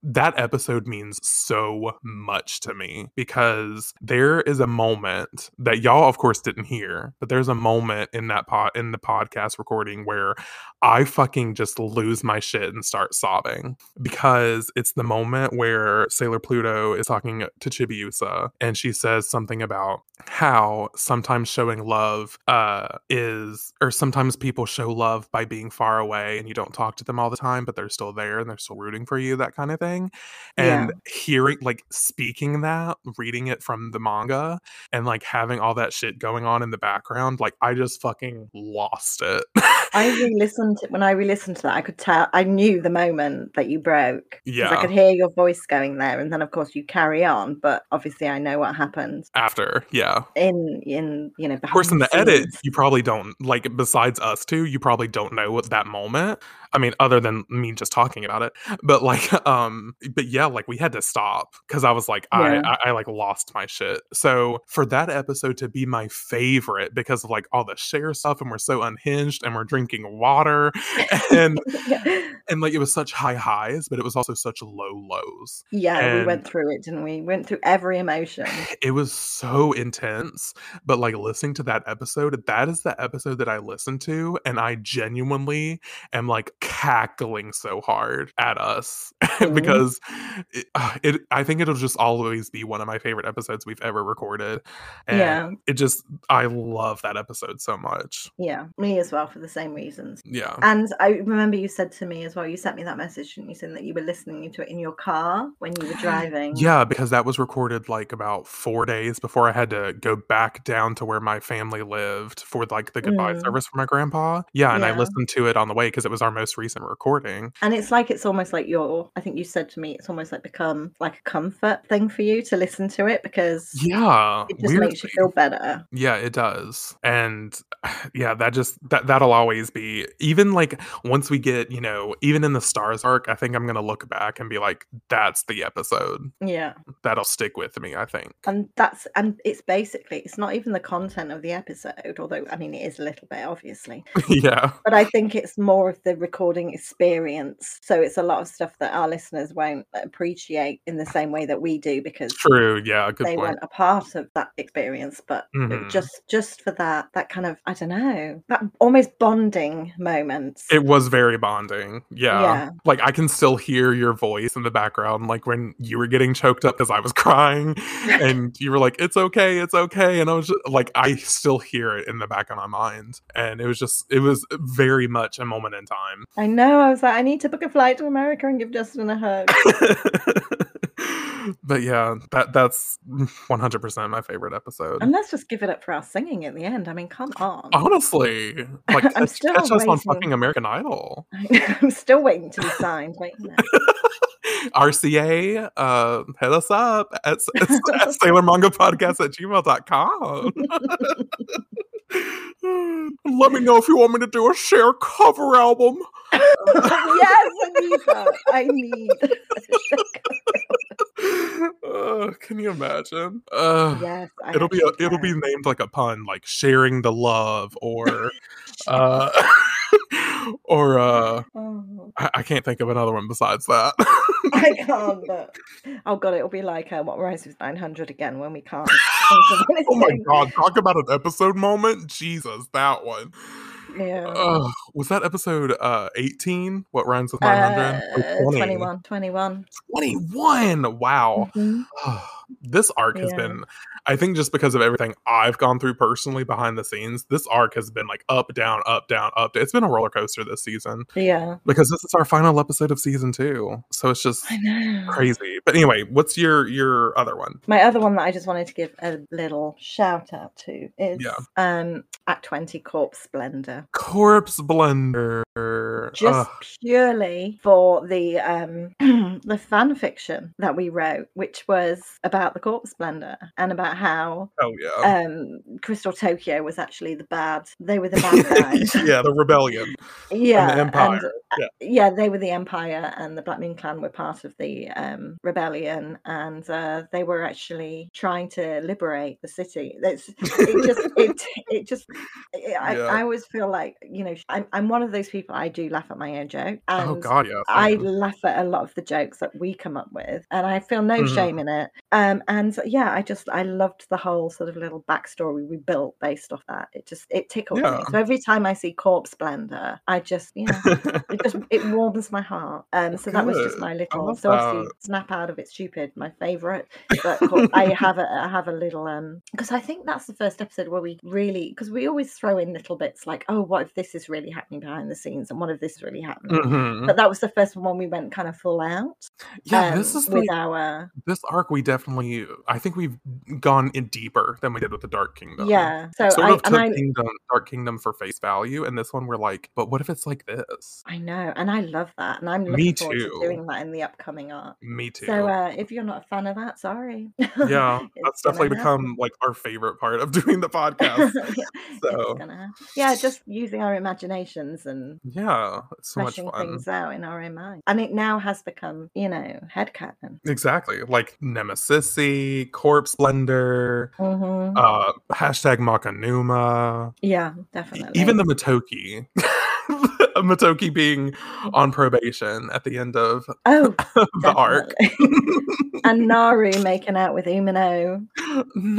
A: that episode means so much to me because there is a moment that y'all of course didn't hear, but there's a moment in that pod in the podcast recording where I fucking just lose my shit and start sobbing because it's the moment where Sailor Pluto is talking to Chibiusa and she says something about how sometimes showing love uh is or sometimes people show love by being far away and you don't talk to them all the time but they're still there and they're still rooting for you that kind of thing
B: Yeah.
A: and hearing like speaking that reading it from the manga and like having all that shit going on in the background like i just fucking lost it
B: I re-listened to- when I re-listened to that. I could tell. I knew the moment that you broke because I
A: yeah
B: could hear your voice going there, and then of course you carry on. But obviously, I know what happened
A: after yeah
B: in in you know
A: of course in
B: behind the
A: the edit
B: scenes.
A: you probably don't like besides us two you probably don't know what that moment i mean other than me just talking about it but like um but yeah like we had to stop because i was like I,
B: Yeah.
A: I i like lost my shit so for that episode to be my favorite because of like all the share stuff and we're so unhinged and we're drinking water and
B: yeah.
A: and like it was such high highs but it was also such low lows
B: Yeah, we
A: and
B: went through it, didn't we? Went through every emotion.
A: it was so intense but like listening to that episode that is the episode that i listened to and i genuinely am like cackling so hard at us
B: Mm.
A: because it, ah, it i think it'll just always be one of my favorite episodes we've ever recorded and
B: Yeah,
A: it just i love that episode so much
B: yeah, me as well for the same reasons.
A: yeah
B: And I remember you said to me as well. You sent me that message, didn't you? Saying that you were listening to it in your car when you were driving.
A: Yeah, because that was recorded like about four days before I had to go back down to where my family lived for like the goodbye
B: Mm.
A: service for my grandpa. Yeah, and I
B: Yeah.
A: listened to it on the way because it was our most this recent recording.
B: And it's like it's almost like your I think you said to me it's almost like become like a comfort thing for you to listen to it because
A: Yeah,
B: it just
A: weirdly.
B: makes you feel better.
A: Yeah, it does. And yeah, that just that that'll always be even like once we get, you know, even in the stars arc, I think I'm going to look back and be like that's the episode.
B: Yeah.
A: That'll stick with me, I think.
B: And that's and it's basically it's not even the content of the episode, although I mean it is a little bit obviously.
A: yeah.
B: But I think it's more of the recording experience. So it's a lot of stuff that our listeners won't appreciate in the same way that we do because
A: True. Yeah, good
B: they
A: point.
B: weren't a part of that experience but it-
A: Mhm.
B: just just for that that kind of i don't know that almost bonding moments
A: It was very bonding. Yeah.
B: Yeah.
A: Like I can still hear your voice in the background, like when you were getting choked up because I was crying and you were like, it's okay, it's okay. And I was just like, I still hear it in the back of my mind. And it was just, it was very much a moment in time.
B: i know i was like i need to book a flight to america and give justin a hug
A: but yeah, that that's 100% my favorite episode.
B: and let's just give it up for our singing at the end i mean come on
A: Honestly, like
B: I'm
A: catch,
B: still
A: catch us on
B: waiting.
A: fucking American Idol.
B: I- i'm still waiting to be signed wait no.
A: RCA, uh, hit us up at, s- at, s- at sailormangapodcast at gmail.com. Let me know if you want me to do a share cover album.
B: yes anita i need
A: Uh, can you imagine? Uh,
B: yes I
A: it'll be a,
B: actually
A: it'll be
B: can.
A: named like a pun, like sharing the love, or uh, or uh,
B: Oh,
A: I, I can't think of another one besides that.
B: I can't. But... Oh god, it'll be like uh, what rises with nine hundred again when we can't. think of
A: Oh my
B: anything.
A: god, talk about an episode moment. Jesus, that one.
B: Yeah.
A: Ugh, was that episode uh 18? What rhymes with 900?
B: Uh, 21 21
A: 21. Wow.
B: Mhm.
A: this arc has
B: Yeah.
A: been I think just because of everything I've gone through personally behind the scenes, this arc has been like up down up down up. It's been a roller coaster this season
B: yeah
A: because this is our final episode of season 2. So it's just
B: i know
A: crazy. But anyway, what's your your other one?
B: my other one that i just wanted to give a little shout out to is
A: Yeah.
B: um at 20 corpse splendor
A: Corpse Blender.
B: just purely for the um the fan fiction that we wrote which was about the corpse splendor and about how
A: oh yeah.
B: um crystal tokyo was actually the bad they were the bad guys
A: yeah, the rebellion.
B: yeah uh,
A: and the empire. yeah.
B: yeah they were the empire and the black moon clan were part of the um, rebellion and uh, they were actually trying to liberate the city That's it just it, it just it, I,
A: Yeah.
B: I always feel like you know I'm, I'm one of those people i do laugh at my own joke and
A: oh god, yeah.
B: I
A: same.
B: laugh at a lot of the jokes that we come up with, and I feel no
A: Mhm.
B: shame in it. Um, and yeah, I just I loved the whole sort of little backstory we built based off that. It just it tickled
A: Yeah.
B: me. So every time I see Corpse Splendor, I just you know it just it warms my heart. Um, so that was just
A: Good.
B: my little.
A: love
B: So obviously,
A: that.
B: snap out of it, stupid. My favorite, but co- I have a I have a little um because I think that's the first episode where we really because we always throw in little bits like oh what if this is really happening behind the scenes and what if this is really happening.
A: Mhm.
B: But that was the first one we went kind of full out.
A: Yeah,
B: um,
A: this is
B: with
A: like,
B: our
A: this arc. We definitely, I think we've gone in deeper than we did with the Dark Kingdom.
B: yeah. So
A: sort
B: I
A: of
B: and
A: took
B: I
A: Kingdom, Dark Kingdom for face value, and this one we're like, but what if it's like this?
B: I know, and I love that, and I'm
A: Me
B: looking forward
A: too.
B: to doing that in the upcoming art.
A: Me too.
B: So uh, if you're not a fan of that, sorry.
A: yeah, that's
B: It's gonna
A: definitely
B: happen.
A: become like our favorite part of doing the podcast.
B: yeah,
A: so
B: it's gonna happen. yeah, just using our imaginations and
A: yeah, it's so much
B: fleshing
A: fun.
B: things out in our own mind. And it now has become, you know, headcanon.
A: Exactly, like Nemesis, Corpse Blender,
B: Mm-hmm.
A: uh hashtag makanuma
B: yeah,
A: E-
B: definitely.
A: even the matoki matoki being on probation at the end of
B: oh,
A: the arc
B: definitely. and Naru making out with Umino.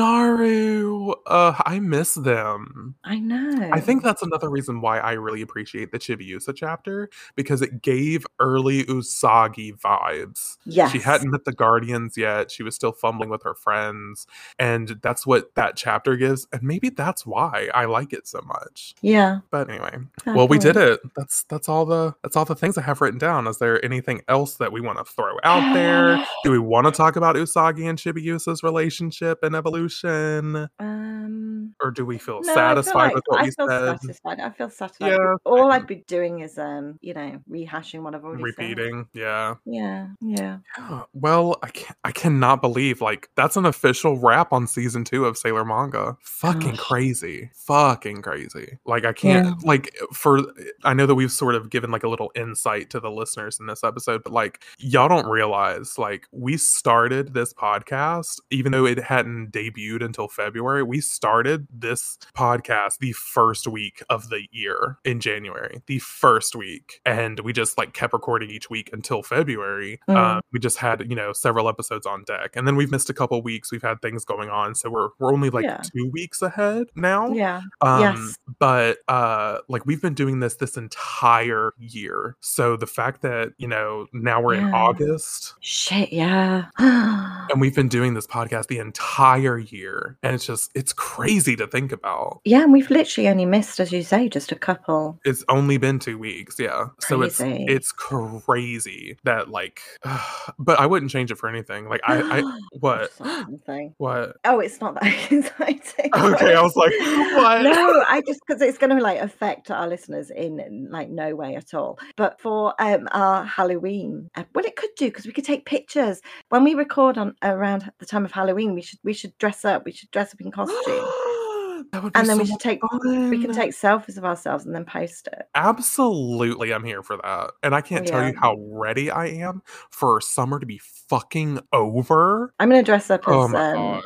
A: naru uh i miss them
B: I know.
A: I think that's another reason why I really appreciate the Chibiusa chapter because it gave early Usagi vibes.
B: yes.
A: She hadn't met the Guardians yet. She was still fumbling with her friends. And that's what that chapter gives. And maybe that's why I like it so much.
B: Yeah.
A: But anyway,
B: fair
A: well, we did
B: point.
A: it. That's that's all the that's all the things I have written down. Is there anything else that we want to throw out there? Do we want to talk about Usagi and Chibiusa's relationship and evolution?
B: Um,
A: or do we feel
B: No, I feel
A: satisfied
B: like-
A: with what
B: I
A: we
B: feel
A: said?
B: satisfied. I feel satisfied.
A: Yeah,
B: All I'd be doing is, um, you know, rehashing what I've already said.
A: Repeating, yeah.
B: Yeah, yeah.
A: Yeah, Well, I can I cannot believe like that's an official wrap on season two of Sailor Manga. Fucking
B: Gosh.
A: crazy, fucking crazy. Like I can't
B: Yeah.
A: like for I know that we've sort of given like a little insight to the listeners in this episode, but like y'all don't realize like we started this podcast even though it hadn't debuted until February. We started this podcast the first week of the year in January, the first week, and we just like kept recording each week until February.
B: Mm.
A: Um, we just had you know several episodes on deck, and then we've missed a couple weeks. We've had things going on, so we're we're only like
B: Yeah.
A: two weeks ahead now.
B: Yeah.
A: Um,
B: Yes.
A: But uh, like we've been doing this this entire year, so the fact that you know now we're in
B: Yeah.
A: August
B: Shit, yeah.
A: and we've been doing this podcast the entire year, and it's just it's crazy to think about.
B: yeah, and we've literally only missed, as you say, just a couple.
A: It's only been two weeks, yeah. So it's
B: Crazy.
A: it's crazy that like, but I wouldn't change it for anything. Like I, I what
B: Something.
A: what?
B: Oh, it's not that exciting.
A: Okay, I was like, what?
B: No, I just because it's going to like affect our listeners in like no way at all. But for um our Halloween, uh, well, it could do because we could take pictures when we record on around the time of Halloween. We should we should dress up. We should dress up in costume,
A: that would be
B: and then we
A: so
B: should take we can
A: fun.
B: take selfies of ourselves and then post it.
A: Absolutely, I'm here for that. And I can't tell
B: Yeah.
A: you how ready I am for summer to be fucking over.
B: I'm going to dress up as
A: Oh my
B: um,
A: god.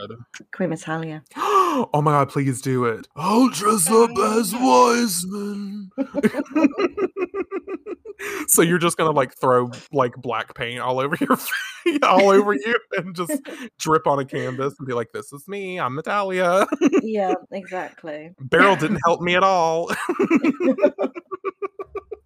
B: Queen Italia.
A: Oh my god, please do it. I'll dress up as Wiseman. so you're just gonna like throw like black paint all over your face, all over you and just drip on a canvas and be like, This is me, I'm Natalia.
B: yeah, exactly.
A: Beryl didn't help me at all.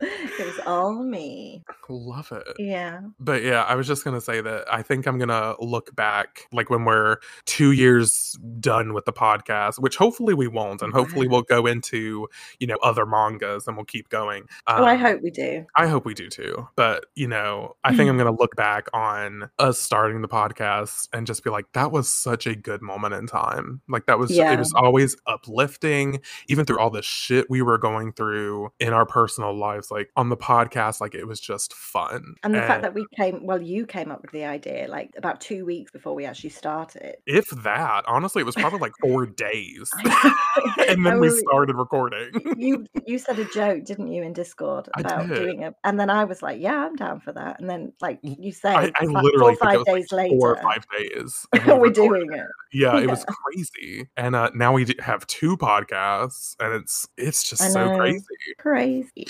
B: It was all me.
A: Love it.
B: Yeah.
A: But yeah, I was just gonna say that I think I'm gonna look back like when we're two years done with the podcast, which hopefully we won't, and hopefully we'll go into you know other mangas and we'll keep going. Um,
B: Oh, I hope Mm-hmm. we do.
A: I hope we do too. But you know, I think I'm gonna look back on us starting the podcast and just be like, that was such a good moment in time. Like that was
B: Yeah.
A: it was always uplifting, even through all the shit we were going through in our personal lives. Like on the podcast, like it was just fun.
B: And the fact that we came, well, you came up with the idea like about two weeks before we actually started.
A: if that honestly it was probably like four days
B: I- Oh,
A: and
B: I
A: then we
B: really-
A: started recording
B: You you said a joke, didn't you, in Discord
A: I
B: about
A: did.
B: doing it? And then I was like, "Yeah, I'm down for that." And then, like
A: L-
B: you say,
A: i, I
B: fi-
A: literally
B: four
A: think it
B: or five
A: was like
B: days later,
A: four or five days and we
B: we're
A: recorded.
B: doing it.
A: yeah it was crazy and uh now we d- have two podcasts and it's it's just
B: I
A: so
B: know.
A: crazy
B: Crazy.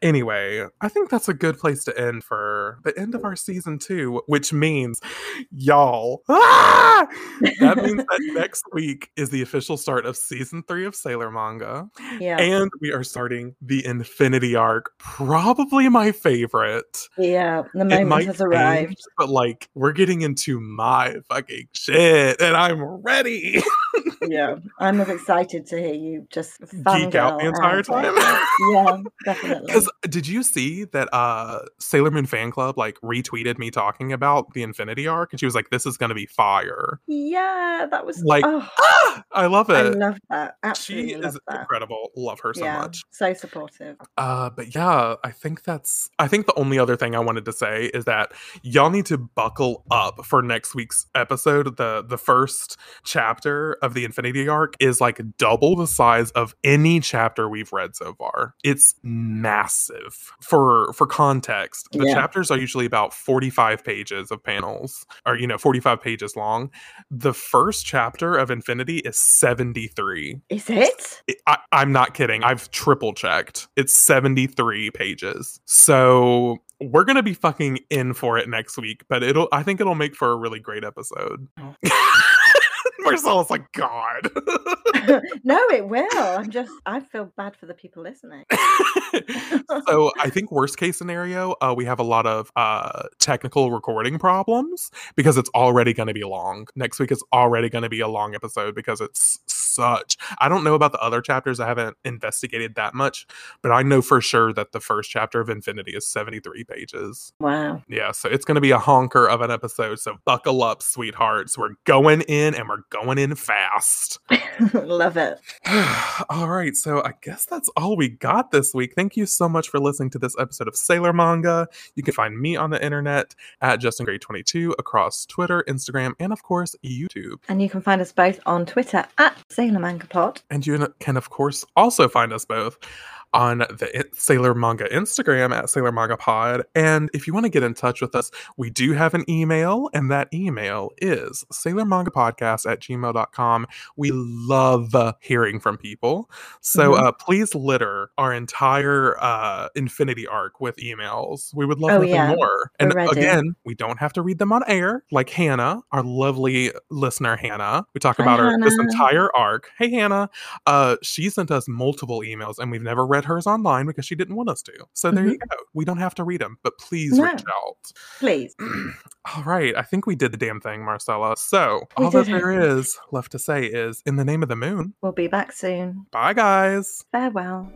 A: anyway i think that's a good place to end for the end of our season two which means y'all ah! that means that next week is the official start of season three of sailor manga
B: Yeah.
A: And we are starting the Infinity arc, probably my favorite.
B: yeah. The
A: It
B: moment
A: might
B: has
A: change,
B: arrived.
A: but like we're getting into my fucking shit, and I'm ready.
B: yeah. I'm as excited to hear you just
A: Geek out the
B: fangirl
A: entire
B: out
A: time.
B: it. uh, yeah, definitely.
A: Because did you see that uh Sailor Moon fan club like retweeted me talking about the Infinity arc, and she was like, "This is gonna be fire."
B: Yeah, that was
A: Like,
B: oh,
A: Ah, I love
B: I
A: it.
B: love that. Absolutely
A: She
B: love
A: is
B: that.
A: incredible. Love her so
B: yeah,
A: much.
B: so supportive.
A: Uh, but yeah, I think that's. I think the only other thing I wanted to say is that y'all need to buckle up for next week's episode. the The first chapter of the Infinity Arc is like double the size of any chapter we've read so far. It's massive. For for context, the
B: Yeah.
A: chapters are usually about forty five pages of panels, or you know, forty five pages long. The first chapter of Infinity is seventy three.
B: Is it?
A: I- I, I'm not kidding. I've triple checked. It's 73 pages. So we're gonna be fucking in for it next week, but it'll I think it'll make for a really great episode. Marcella's like, God.
B: no, it will. I'm just I feel bad for the people listening.
A: so I think worst case scenario, uh, we have a lot of uh, technical recording problems because it's already going to be long. Next week is already going to be a long episode because it's such. I don't know about the other chapters. I haven't investigated that much, but I know for sure that the first chapter of Infinity is 73 pages.
B: Wow.
A: Yeah, so it's going to be a honker of an episode. So buckle up, sweethearts. We're going in and we're going in fast.
B: Love it.
A: all right, so I guess that's all we got this week. Thank you so much for listening to this episode of Sailor Manga. You can find me on the internet at Justin Gray 22 across Twitter, Instagram, and of course, YouTube.
B: And you can find us both on Twitter at Sailor Manga Pod.
A: And you can, of course, also find us both on the I- Sailor Manga Instagram at Sailor Manga Pod. And if you want to get in touch with us, we do have an email, and that email is sailormangapodcast at gmail.com. We love hearing from people. So
B: Mhm.
A: uh, please litter our entire uh, Infinity arc with emails. We would love
B: Oh,
A: nothing
B: yeah.
A: more. And
B: ready.
A: again, we don't have to read them on air, like Hannah, our lovely listener, Hannah. We talk
B: Hi,
A: about her this
B: Hannah.
A: entire arc. Hey, Hannah. Uh, she sent us multiple emails, and we've never read hers online because she didn't want us to. So there you go. We don't have to read them, but please
B: Mm-hmm. No.
A: reach out.
B: Please.
A: All right, I think we did the damn thing, Marcella. So
B: We
A: all that
B: did it.
A: there is left to say is, in the name of the moon.
B: We'll be back soon.
A: Bye, guys.
B: Farewell.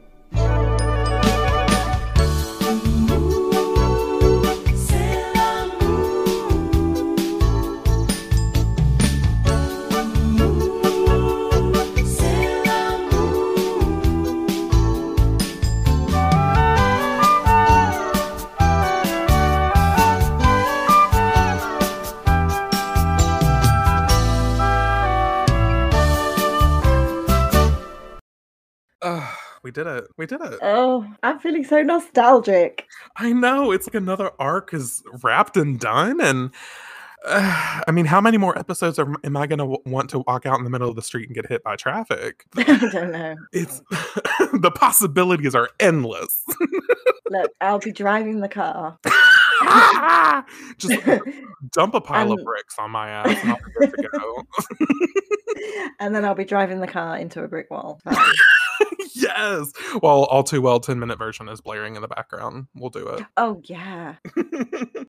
A: Ugh, we did it. We did it.
B: Oh, I'm feeling so nostalgic.
A: I know. It's like another arc is wrapped and done. And uh, I mean, how many more episodes are, am I going to w- want to walk out in the middle of the street and get hit by traffic?
B: I don't know.
A: It's the possibilities are endless.
B: Look, I'll be driving the car.
A: Just dump a pile of
B: Um,
A: bricks on my ass. And I'll be good to go.
B: and then I'll be driving the car into a brick wall. Fine.
A: yes. Well, all too well, 10 minute version is blaring in the background. We'll do
B: oh, yeah.
A: it.